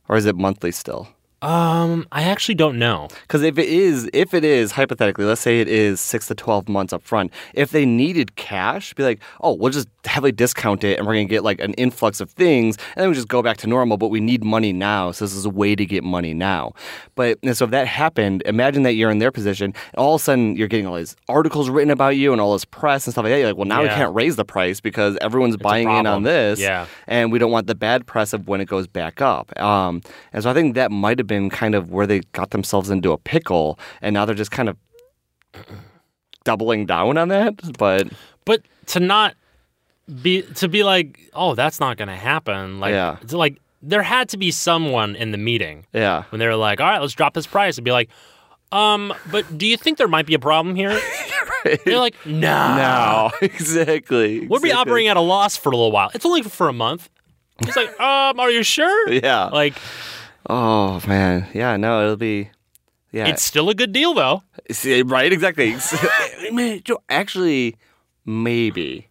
Speaker 2: or is it monthly still?
Speaker 1: Um, I actually don't know.
Speaker 2: Because if it is, if it is hypothetically, let's say it is six to twelve months up front. If they needed cash, be like, oh, we'll just heavily discount it, and we're gonna get like an influx of things, and then we just go back to normal. But we need money now, so this is a way to get money now. But and so if that happened, imagine that you're in their position. And all of a sudden, you're getting all these articles written about you and all this press and stuff like that. You're like, well, now we
Speaker 1: Yeah.
Speaker 2: can't raise the price because everyone's buying in on
Speaker 1: problem.
Speaker 2: this
Speaker 1: Yeah.
Speaker 2: and we don't want the bad press of when it goes back up. Um, and so I think that might have been kind of where they got themselves into a pickle, and now they're just kind of doubling down on that. But
Speaker 1: But to not be to be like, oh, that's not going to happen. Like,
Speaker 2: Yeah.
Speaker 1: to like there had to be someone in the meeting
Speaker 2: yeah,
Speaker 1: when they were like, all right, let's drop this price, and be like, um, but do you think there might be a problem here? They're like, nah.
Speaker 2: no, exactly.
Speaker 1: We'll be
Speaker 2: exactly.
Speaker 1: operating at a loss for a little while. It's only for a month. It's like, um, are you sure?
Speaker 2: Yeah.
Speaker 1: Like,
Speaker 2: oh man. Yeah. No, it'll be. Yeah.
Speaker 1: it's still a good deal though.
Speaker 2: See, right, exactly. Man, Joe, Actually, maybe.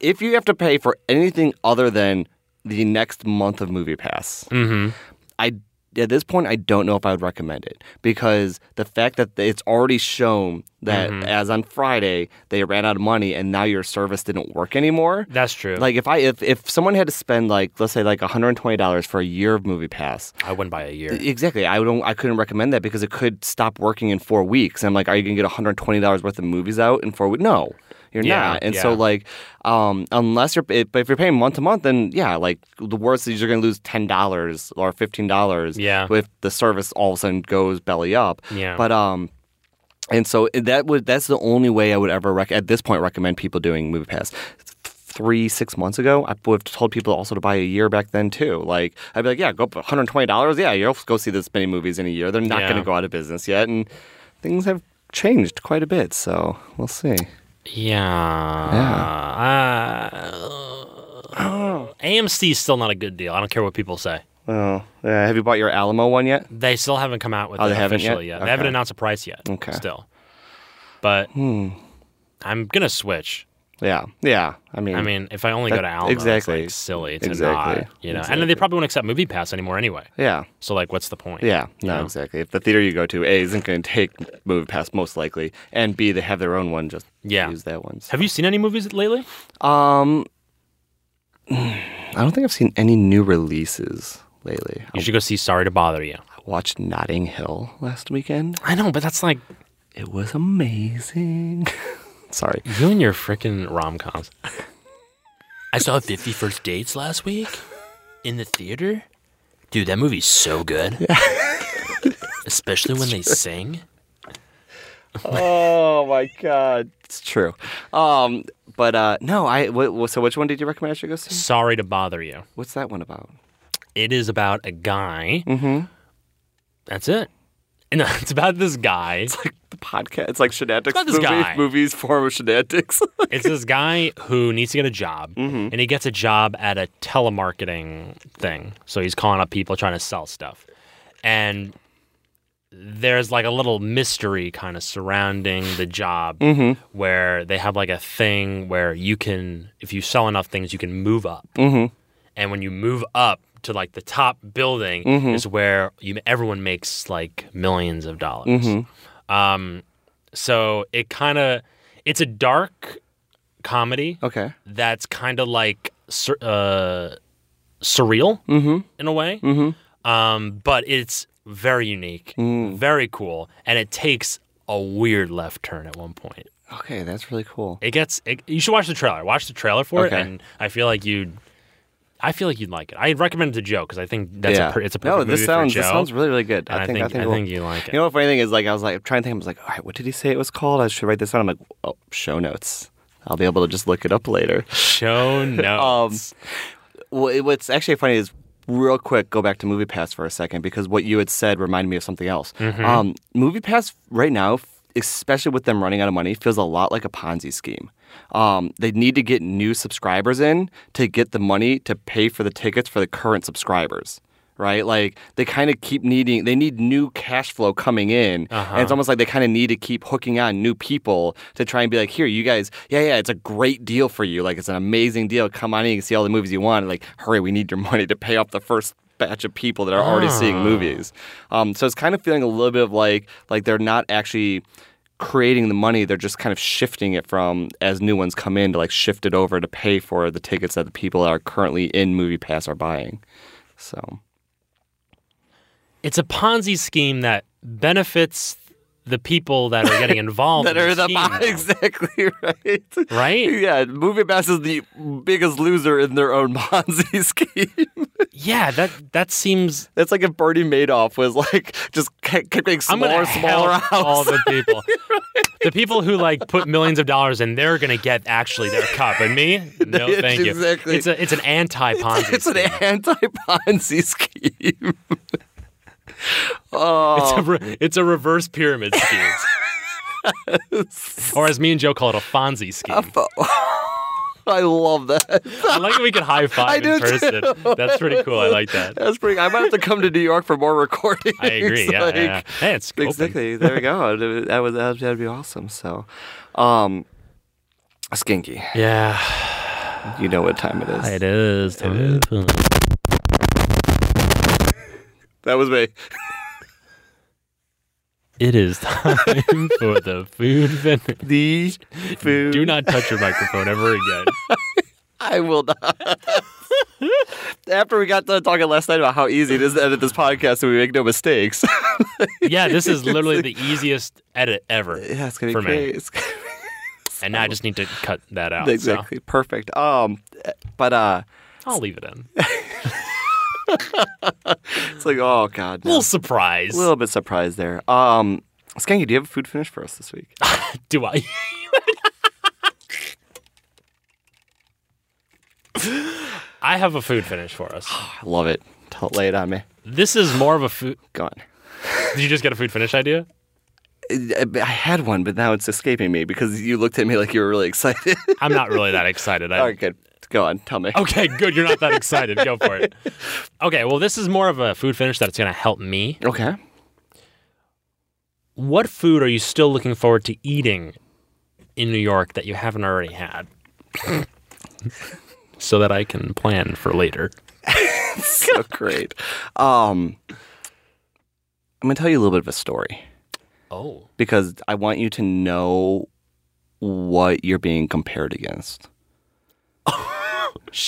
Speaker 2: If you have to pay for anything other than the next month of Movie Pass, I at this point I don't know if I would recommend it because the fact that it's already shown that as on Friday they ran out of money and now your service didn't work anymore.
Speaker 1: That's true.
Speaker 2: Like if I if, if someone had to spend like let's say like $120 for a year of Movie Pass,
Speaker 1: I wouldn't buy a year.
Speaker 2: E, Exactly. I don't. I couldn't recommend that because it could stop working in four weeks. And I'm like, are you gonna get 120 dollars worth of movies out in four weeks? No, you're
Speaker 1: Yeah,
Speaker 2: not. And so
Speaker 1: yeah.
Speaker 2: like, um, unless you're, if, but if you're paying month to month, then yeah, like the worst is you're gonna lose ten dollars or fifteen dollars.
Speaker 1: Yeah.
Speaker 2: If the service all of a sudden goes belly up.
Speaker 1: Yeah.
Speaker 2: But um. And so eh, that would that's the only way I would ever rec- at this point recommend people doing Movie Pass. Three six months ago, I would have told people also to buy a year back then too. Like I'd be like, yeah, go up one hundred twenty dollars. Yeah, you'll go see this many movies in a year. They're not
Speaker 1: Yeah.
Speaker 2: going to go out of business yet, and things have changed quite a bit. So we'll see.
Speaker 1: Yeah. Uh, AMC's still not a good deal. I don't care what people say.
Speaker 2: Well, uh, have you bought your Alamo one yet?
Speaker 1: They still haven't come out with
Speaker 2: Oh,
Speaker 1: it
Speaker 2: they haven't yet?
Speaker 1: officially yet. They
Speaker 2: Okay.
Speaker 1: haven't announced a price yet.
Speaker 2: Okay. Hmm.
Speaker 1: Still. But I'm gonna switch.
Speaker 2: Yeah, yeah. I mean,
Speaker 1: I mean, if I only go
Speaker 2: Mm.
Speaker 1: to
Speaker 2: That-
Speaker 1: Alamo,
Speaker 2: exactly.
Speaker 1: it's like silly to
Speaker 2: Exactly.
Speaker 1: not, you know. And they probably won't accept Movie Pass anymore anyway.
Speaker 2: yeah.
Speaker 1: So like, what's the point?
Speaker 2: Yeah,
Speaker 1: You
Speaker 2: no,
Speaker 1: know?
Speaker 2: exactly. If the theater you go to, A, isn't going to take Movie Pass most likely, and B, they have their own one, just
Speaker 1: Yeah.
Speaker 2: use that one.
Speaker 1: Have you seen any movies lately?
Speaker 2: Um, I don't think I've seen any new releases lately.
Speaker 1: You should go see Sorry to Bother You.
Speaker 2: I watched Notting Hill last weekend.
Speaker 1: I know, but that's like
Speaker 2: It was amazing. Sorry.
Speaker 1: you and your freaking rom coms. I saw 50 First Dates last week in the theater. Dude, that movie's so good. Especially when they sing.
Speaker 2: Oh my god, it's true. Um, but uh, no, I. wh- wh- so which one did you recommend I should go see?
Speaker 1: Sorry to bother you.
Speaker 2: What's that one about?
Speaker 1: It is about a guy. Mm-hmm. That's it. No, it's about this guy.
Speaker 2: The podcast. It's like Shenanigans
Speaker 1: about this
Speaker 2: movie-
Speaker 1: guy.
Speaker 2: movies form of Shenanigans.
Speaker 1: It's this guy who needs to get a job, and he gets a job at a telemarketing thing. So he's calling up people trying to sell stuff, and there's like a little mystery kind of surrounding the job where they have like a thing where you can, if you sell enough things, you can move up, and when you move up to like the top building is where you everyone makes like millions of dollars. Um, so it kind of it's a dark comedy
Speaker 2: okay.
Speaker 1: that's kind of like sur- uh, surreal
Speaker 2: Mm-hmm.
Speaker 1: in a way, um, but it's very unique,
Speaker 2: Mm.
Speaker 1: very cool, and it takes a weird left turn at one point.
Speaker 2: Okay, that's really cool.
Speaker 1: It gets. It, you should watch the trailer. Watch the trailer for
Speaker 2: Okay.
Speaker 1: it, and I feel like you'd. I feel like you'd like it. I recommend it to Joe because I think that's a per, it's a perfect
Speaker 2: no. This
Speaker 1: movie
Speaker 2: sounds
Speaker 1: for Joe.
Speaker 2: this sounds really really good.
Speaker 1: and I think I think,
Speaker 2: we'll-
Speaker 1: you like it.
Speaker 2: You know, the funny thing is, like, I was like trying to think. I was like, all right, what did he say it was called? I should write this down. I'm like, oh, show notes. I'll be able to just look it up later.
Speaker 1: Show
Speaker 2: Um,
Speaker 1: notes.
Speaker 2: Well, it- what's actually funny is, real quick, go back to Movie Pass for a second because what you had said reminded me of something else. Um, Movie Pass right now, especially with them running out of money, feels a lot like a Ponzi scheme. Um, they need to get new subscribers in to get the money to pay for the tickets for the current subscribers. Right, like they kind of keep needing. They need new cash flow coming in, and it's almost like they kind of need to keep hooking on new people to try and be like, here, you guys, yeah, yeah, it's a great deal for you. Like, it's an amazing deal. Come on in, you can see all the movies you want. Like, hurry, we need your money to pay off the first batch of people that are already seeing movies. Um, so it's kind of feeling a little bit of like like they're not actually creating the money; they're just kind of shifting it from as new ones come in to like shift it over to pay for the tickets that the people that are currently in Movie Pass are buying. So
Speaker 1: It's a Ponzi scheme that benefits the people that are getting involved.
Speaker 2: that
Speaker 1: in
Speaker 2: are the
Speaker 1: scheme,
Speaker 2: exactly right.
Speaker 1: right?
Speaker 2: Yeah, Movie Pass is the biggest loser in their own Ponzi scheme.
Speaker 1: Yeah, that that seems.
Speaker 2: That's like if Bernie Madoff was like just kept kept getting
Speaker 1: I'm gonna
Speaker 2: smaller, smaller
Speaker 1: help
Speaker 2: out.
Speaker 1: all the people. The people who like put millions of dollars in, they're gonna get actually their cup, and me, no,
Speaker 2: It's
Speaker 1: thank you.
Speaker 2: exactly-
Speaker 1: It's a it's an anti Ponzi.
Speaker 2: It's an anti-Ponzi scheme. Oh,
Speaker 1: It's a, re- it's a reverse pyramid scheme. Or as me and Joe call it, a Fonzie scheme.
Speaker 2: I love that.
Speaker 1: I like that we can high
Speaker 2: I
Speaker 1: five
Speaker 2: do
Speaker 1: in person. That's pretty cool. I like that.
Speaker 2: That's pretty. I might have to come to New York for more recordings.
Speaker 1: I agree. Yeah,
Speaker 2: Like,
Speaker 1: yeah, yeah. Hey, it's open.
Speaker 2: Exactly. There we go. That would that would be awesome. So, um, Skinky,
Speaker 1: Yeah,
Speaker 2: you know what time it is.
Speaker 1: it is.
Speaker 2: That was me.
Speaker 1: It is time for the food vendor.
Speaker 2: The food.
Speaker 1: Do not touch your microphone ever again.
Speaker 2: I will not. After we got done talking last night about how easy it is to edit this podcast so we make no mistakes.
Speaker 1: Yeah, this is literally the easiest edit ever.
Speaker 2: yeah, it's gonna be
Speaker 1: For me.
Speaker 2: great. It's gonna
Speaker 1: And now I just need to cut that out.
Speaker 2: be
Speaker 1: so
Speaker 2: exactly perfect. Um, but uh,
Speaker 1: I'll leave it in.
Speaker 2: it's like oh god, no.
Speaker 1: little surprise.
Speaker 2: a little bit surprised there. Um, Skanky, do you have a food finish for us this week?
Speaker 1: Do I? I have a food finish for us.
Speaker 2: I love it. Don't lay it on me.
Speaker 1: This is more of a food.
Speaker 2: Go on.
Speaker 1: Did you just get a food finish idea?
Speaker 2: I Uh, I had one, but now it's escaping me because you looked at me like you were really excited.
Speaker 1: I'm not really that excited. I,
Speaker 2: All right, good. Go on. Tell me.
Speaker 1: Okay, good. You're not that excited. Go for it. Okay, well, this is more of a food finish that's going to help me.
Speaker 2: Okay.
Speaker 1: What food are you still looking forward to eating in New York that you haven't already had? so that I can plan for later.
Speaker 2: so great. Um, I'm gonna tell you a little bit of a story
Speaker 1: Oh.
Speaker 2: because I want you to know what you're being compared against.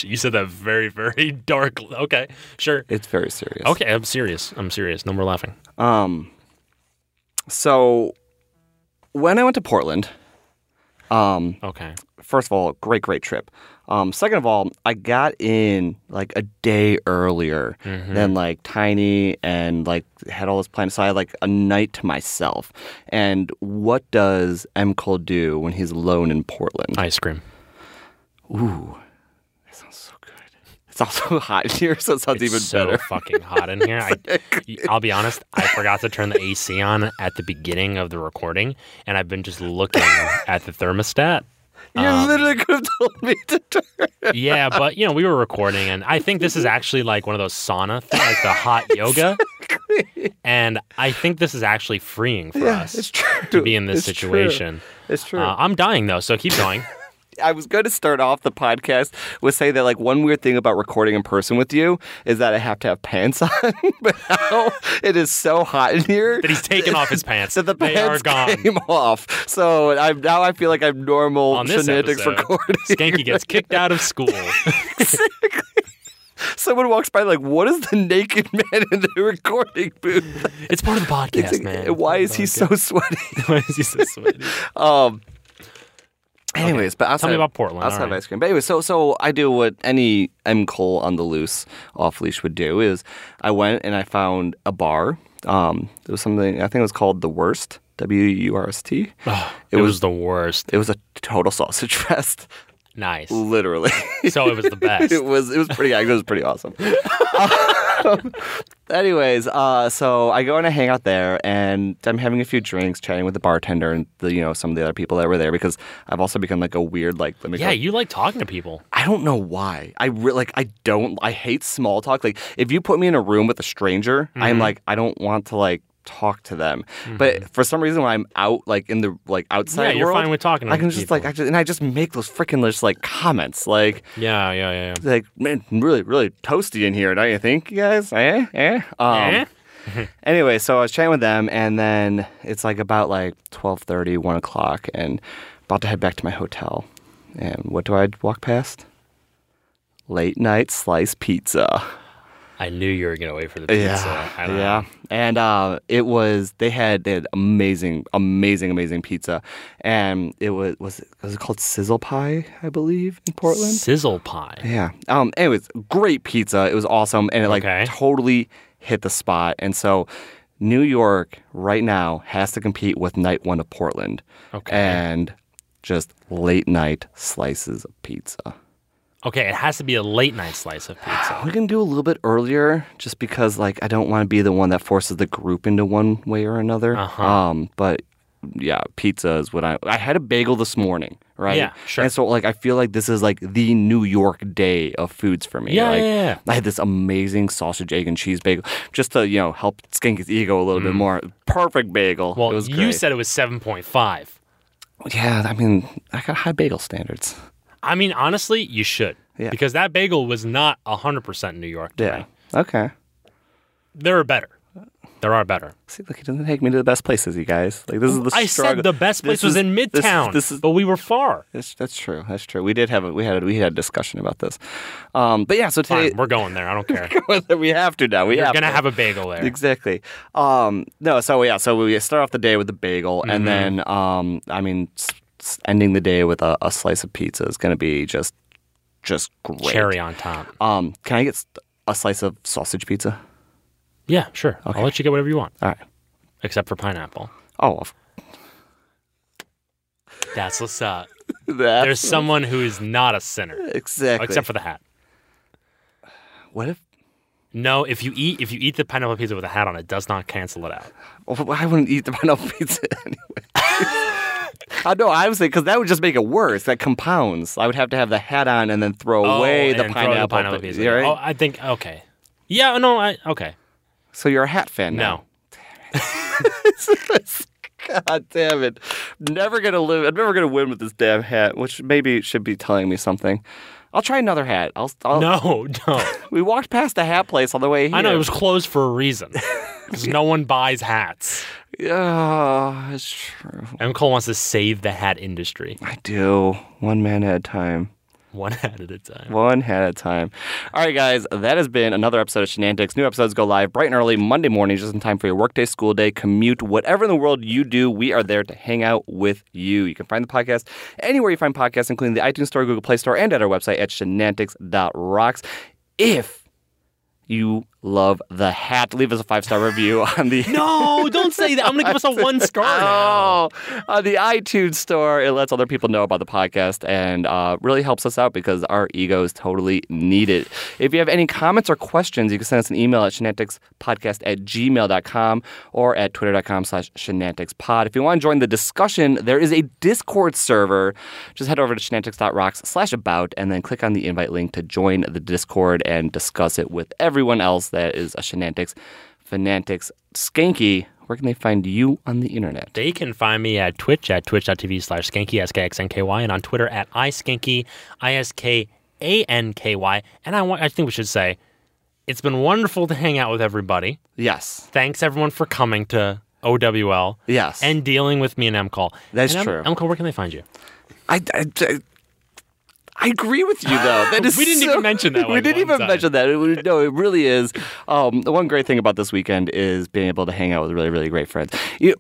Speaker 1: You said that very, very dark. Okay, sure.
Speaker 2: It's very serious.
Speaker 1: Okay, I'm serious. I'm serious. No more laughing.
Speaker 2: Um, so when I went to Portland, um,
Speaker 1: Okay.
Speaker 2: first of all, great, great trip. Um, second of all, I got in like a day earlier
Speaker 1: Mm-hmm.
Speaker 2: than like Tiny and like had all this planned. So I had like a night to myself. And what does M. Cole do when he's alone in Portland?
Speaker 1: Ice cream.
Speaker 2: That sounds so good. It's also hot here, so it sounds even
Speaker 1: so
Speaker 2: better.
Speaker 1: fucking hot in here. I, I'll be honest. I forgot to turn the AC on at the beginning of the recording, and I've been just looking at the thermostat.
Speaker 2: you literally could have told me to turn.
Speaker 1: Yeah, but you know we were recording, and I think this is actually like one of those sauna things, like the hot yoga. And I think this is actually freeing for
Speaker 2: Yeah,
Speaker 1: us
Speaker 2: it's true.
Speaker 1: to be in this
Speaker 2: It's true.
Speaker 1: situation.
Speaker 2: It's true.
Speaker 1: Uh, I'm dying though, so keep going.
Speaker 2: I was going to start off the podcast with saying that like one weird thing about recording in person with you is that I have to have pants on, but now it is so hot in here
Speaker 1: That he's taken off his pants.
Speaker 2: that the
Speaker 1: they
Speaker 2: pants
Speaker 1: are gone.
Speaker 2: came off. So I'm now I feel like I'm normal
Speaker 1: on this
Speaker 2: shenanigans
Speaker 1: episode,
Speaker 2: recording.
Speaker 1: Skanky gets kicked out of school.
Speaker 2: Someone walks by like, what is the naked man in the recording booth?
Speaker 1: It's part of the podcast, man.
Speaker 2: Why is he so sweaty?
Speaker 1: Why is he so sweaty?
Speaker 2: Um. Anyways, but outside,
Speaker 1: Tell me about Portland,
Speaker 2: Outside
Speaker 1: all
Speaker 2: of
Speaker 1: right.
Speaker 2: ice cream. But anyway, so so I do what any M Cole on the loose off leash would do is I went and I found a bar. Um, it was something I think it was called the worst. W U R S T.
Speaker 1: It was the worst.
Speaker 2: It was a total sausage fest,
Speaker 1: Nice.
Speaker 2: literally.
Speaker 1: So it was the best.
Speaker 2: it was it was pretty it was pretty awesome. Um, anyways, uh, so I go and I hang out there, and I'm having a few drinks, chatting with the bartender and the, you know some of the other people that were there because I've also become like a weird like let me
Speaker 1: Yeah,
Speaker 2: go-
Speaker 1: you like talking to people.
Speaker 2: I don't know why. I re- like I
Speaker 1: Mm-hmm.
Speaker 2: don't I hate small talk. Like if you put me in a room with a stranger, I'm like I don't want to like talk to them. But for some reason, when I'm out, like in the like outside,
Speaker 1: Yeah, you're
Speaker 2: world,
Speaker 1: fine with talking to
Speaker 2: I can just like I just, and I just make those freaking just like comments like
Speaker 1: Yeah, yeah, yeah. yeah.
Speaker 2: like man, really really toasty in here, don't you think, you guys? Eh, eh. Um,
Speaker 1: Eh?
Speaker 2: anyway, so I was chatting with them, and then it's like about like 12.30, 1 o'clock, and about to head back to my hotel. And what do I walk past? Late night slice pizza.
Speaker 1: I knew you were gonna wait for the pizza. I don't
Speaker 2: yeah. And uh, it was they had they had amazing, amazing, amazing pizza, and it was was it, was it called Sizzle Pie, I believe, in
Speaker 1: know.
Speaker 2: Portland.
Speaker 1: Sizzle pie.
Speaker 2: Yeah. Um. Anyways, great pizza. It was awesome, and it like
Speaker 1: Okay.
Speaker 2: totally hit the spot. And so, New York right now has to compete with Night One of Portland.
Speaker 1: Okay.
Speaker 2: And just late night slices of pizza.
Speaker 1: Okay, it has to be a late night slice of pizza.
Speaker 2: We can do a little bit earlier, just because like I don't want to be the one that forces the group into one way or another.
Speaker 1: Uh-huh.
Speaker 2: Um. But yeah, pizza is what I I had a bagel this morning. Right.
Speaker 1: Yeah, sure.
Speaker 2: And so like I feel like this is like the New York day of foods for me.
Speaker 1: Yeah,
Speaker 2: Like,
Speaker 1: yeah, yeah.
Speaker 2: I had this amazing sausage, egg, and cheese bagel just to, you know, help skink his ego a little bit more. Perfect bagel. it
Speaker 1: Mm. Well,
Speaker 2: was
Speaker 1: you
Speaker 2: great.
Speaker 1: said it was seven point five.
Speaker 2: yeah, I mean, I got high bagel standards.
Speaker 1: I mean, honestly, you should.
Speaker 2: Yeah.
Speaker 1: Because that bagel was not hundred percent New York. to
Speaker 2: Yeah.
Speaker 1: me.
Speaker 2: Okay.
Speaker 1: There are better. There are better.
Speaker 2: See, look, he doesn't take me to the best places, you guys. Like, this is the
Speaker 1: I
Speaker 2: struggle.
Speaker 1: said the best place
Speaker 2: This
Speaker 1: was
Speaker 2: is-
Speaker 1: in
Speaker 2: this is-
Speaker 1: Midtown,
Speaker 2: This, is
Speaker 1: but we were far.
Speaker 2: this- that's true. That's true. We did have a we had a, we had a discussion about this, um, but yeah. So
Speaker 1: Fine,
Speaker 2: today
Speaker 1: we're going there. I don't care.
Speaker 2: we have to now. We
Speaker 1: You're
Speaker 2: have
Speaker 1: gonna
Speaker 2: to.
Speaker 1: have a bagel there.
Speaker 2: Exactly. Um, no, so yeah, so we start off the day with the bagel,
Speaker 1: Mm-hmm.
Speaker 2: and then um, I mean, s- s- ending the day with a, a slice of pizza is going to be just, just great.
Speaker 1: Cherry on top.
Speaker 2: Um, can I get s- a slice of sausage pizza?
Speaker 1: Yeah, sure. I'll let you get whatever you want,
Speaker 2: All right.
Speaker 1: except for pineapple.
Speaker 2: Oh, of-
Speaker 1: That's what's up.
Speaker 2: that's
Speaker 1: There's someone who is not a sinner,
Speaker 2: exactly.
Speaker 1: except for the hat.
Speaker 2: what if?
Speaker 1: No, if you eat if you eat the pineapple pizza with a hat on, it does not cancel it out.
Speaker 2: oh, I wouldn't eat the pineapple pizza anyway. I know. I was thinking because that would just make it worse. That compounds. I would have to have the hat on and then throw away
Speaker 1: Oh, and
Speaker 2: the
Speaker 1: then throw
Speaker 2: pineapple,
Speaker 1: pineapple
Speaker 2: pi-
Speaker 1: pizza.
Speaker 2: yeah, right?
Speaker 1: Oh, I think okay. Yeah, no, I okay.
Speaker 2: So you're a hat fan now.
Speaker 1: No,
Speaker 2: God damn it. Never gonna live I'm never gonna win with this damn hat, which maybe should be telling me something. I'll try another hat. I'll, I'll
Speaker 1: no, no.
Speaker 2: we walked past the hat place on the way here.
Speaker 1: I know it was closed for a reason. 'Cause no one buys hats.
Speaker 2: Yeah, it's true.
Speaker 1: M. Cole wants to save the hat industry,
Speaker 2: I do. One man at a time.
Speaker 1: one hat at a time.
Speaker 2: One hat at a time. All right, guys, that has been another episode of Shenanigans. New episodes go live bright and early Monday morning, just in time for your workday, school day, commute, whatever in the world you do. We are there to hang out with you. You can find the podcast anywhere you find podcasts, including the iTunes Store, Google Play Store, and at our website at shenanigans.rocks. If you love the hat, leave us a five star review on the.
Speaker 1: No, don't say that. I'm gonna give us a one scar now.
Speaker 2: Oh, on the iTunes store, it lets other people know about the podcast and uh, really helps us out because our egos totally need it. If you have any comments or questions, you can send us an email at shenanticspodcast at gmail.com or at twitter.com slash shenanticspod. If you want to join the discussion, there is a Discord server. Just head over to shenantics.rocks slash about and then click on the invite link to join the Discord and discuss it with everyone else that is a shenantics Fanatics Skanky, where can they find you on the internet?
Speaker 1: They can find me at Twitch at twitch.tv slash skanky, S-K-X-N-K-Y, and on Twitter at iskanky, I-S-K-A-N-K-Y. And I, want, I think we should say, it's been wonderful to hang out with everybody.
Speaker 2: Yes.
Speaker 1: Thanks, everyone, for coming to OWL
Speaker 2: Yes.
Speaker 1: and dealing with me and MCall.
Speaker 2: That's
Speaker 1: and
Speaker 2: true.
Speaker 1: M- MCall, where can they find you?
Speaker 2: I, I, I, I agree with you, though. That is
Speaker 1: We didn't
Speaker 2: so-
Speaker 1: even mention that
Speaker 2: we
Speaker 1: one
Speaker 2: didn't
Speaker 1: one
Speaker 2: even
Speaker 1: time.
Speaker 2: mention that. It was- no, it really is. Um, the one great thing about this weekend is being able to hang out with really, really great friends. You,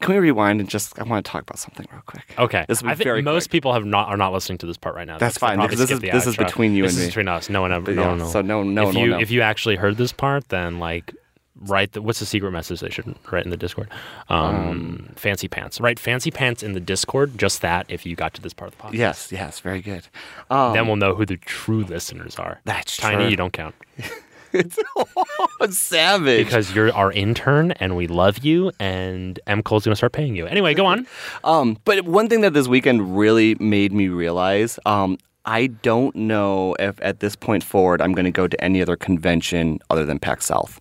Speaker 2: can we rewind and just, I want to talk about something real quick.
Speaker 1: Okay.
Speaker 2: This will be
Speaker 1: I think
Speaker 2: very
Speaker 1: most people have not are not listening to this part right now.
Speaker 2: That's
Speaker 1: They'll
Speaker 2: fine,
Speaker 1: probably
Speaker 2: because this
Speaker 1: skip
Speaker 2: is-
Speaker 1: the
Speaker 2: this is
Speaker 1: outro.
Speaker 2: between you
Speaker 1: This
Speaker 2: and
Speaker 1: is
Speaker 2: me.
Speaker 1: between us. No one ever.
Speaker 2: But
Speaker 1: no
Speaker 2: yeah,
Speaker 1: one will.
Speaker 2: so no- no
Speaker 1: if
Speaker 2: one will
Speaker 1: you,
Speaker 2: know.
Speaker 1: If you actually heard this part, then like write the what's the secret message they should write in the Discord? Um, fancy pants. Write fancy pants in the Discord. Just that. If you got to this part of the podcast,
Speaker 2: Yes, yes, very good. Um,
Speaker 1: then we'll know who the true listeners are.
Speaker 2: That's
Speaker 1: tiny.
Speaker 2: true.
Speaker 1: You don't count
Speaker 2: savage.
Speaker 1: because you're our intern and we love you. And M Cole's gonna start paying you anyway. Go on.
Speaker 2: Um, but one thing that this weekend really made me realize, um, I don't know if at this point forward I'm going to go to any other convention other than PAX South,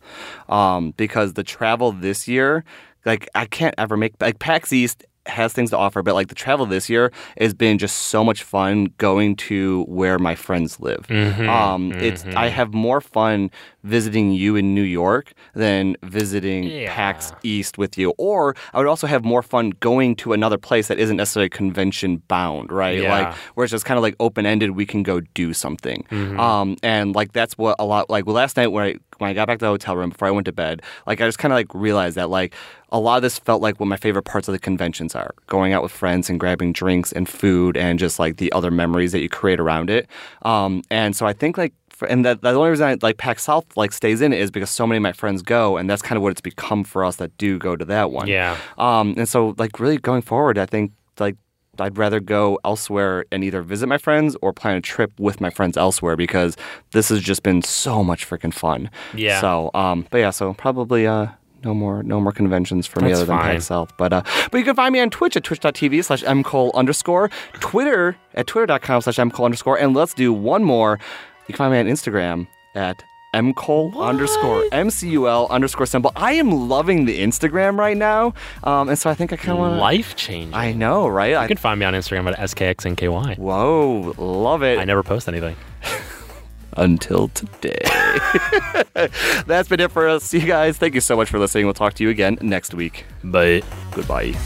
Speaker 2: um, because the travel this year, like I can't ever make like PAX East has things to offer, but like the travel this year has been just so much fun going to where my friends live.
Speaker 1: Mm-hmm.
Speaker 2: um, It's I have more fun visiting you in New York than visiting PAX East with you, or I would also have more fun going to another place that isn't necessarily convention bound, right?
Speaker 1: Yeah. Mm-hmm.
Speaker 2: Like where it's just kind of like open ended. We can go do something. Um, and like that's what a lot like last night when I when I got back to the hotel room before I went to bed, like I just kind of like realized that like a lot of this felt like what my favorite parts of the conventions are: going out with friends and grabbing drinks and food and just like the other memories that you create around it. Um, and so I think like. for- And that, the only reason I like Pack South like stays in it is because so many of my friends go, and that's kind of what it's become for us that do go to that one.
Speaker 1: Yeah.
Speaker 2: Um, and so, like, really going forward, I think like I'd rather go elsewhere and either visit my friends or plan a trip with my friends elsewhere because this has just been so much freaking fun.
Speaker 1: Yeah.
Speaker 2: So, um, but yeah, so probably uh. No more, no more conventions for me
Speaker 1: That's
Speaker 2: other than
Speaker 1: fine.
Speaker 2: Pack South. But uh, but you can find me on Twitch at twitch.tv slash mcole underscore, Twitter at twitter.com slash mcole underscore, and let's do one more. You can find me on Instagram at mcole underscore mcul underscore symbol. I am loving the Instagram right now, um, and so I think I kind of want to.
Speaker 1: Life changing.
Speaker 2: I know, right? I,
Speaker 1: You can find me on Instagram at skxnky.
Speaker 2: whoa, love it.
Speaker 1: I never post anything.
Speaker 2: Until today. That's been it for us. You guys, thank you so much for listening. We'll talk to you again next week.
Speaker 1: But.
Speaker 2: Goodbye.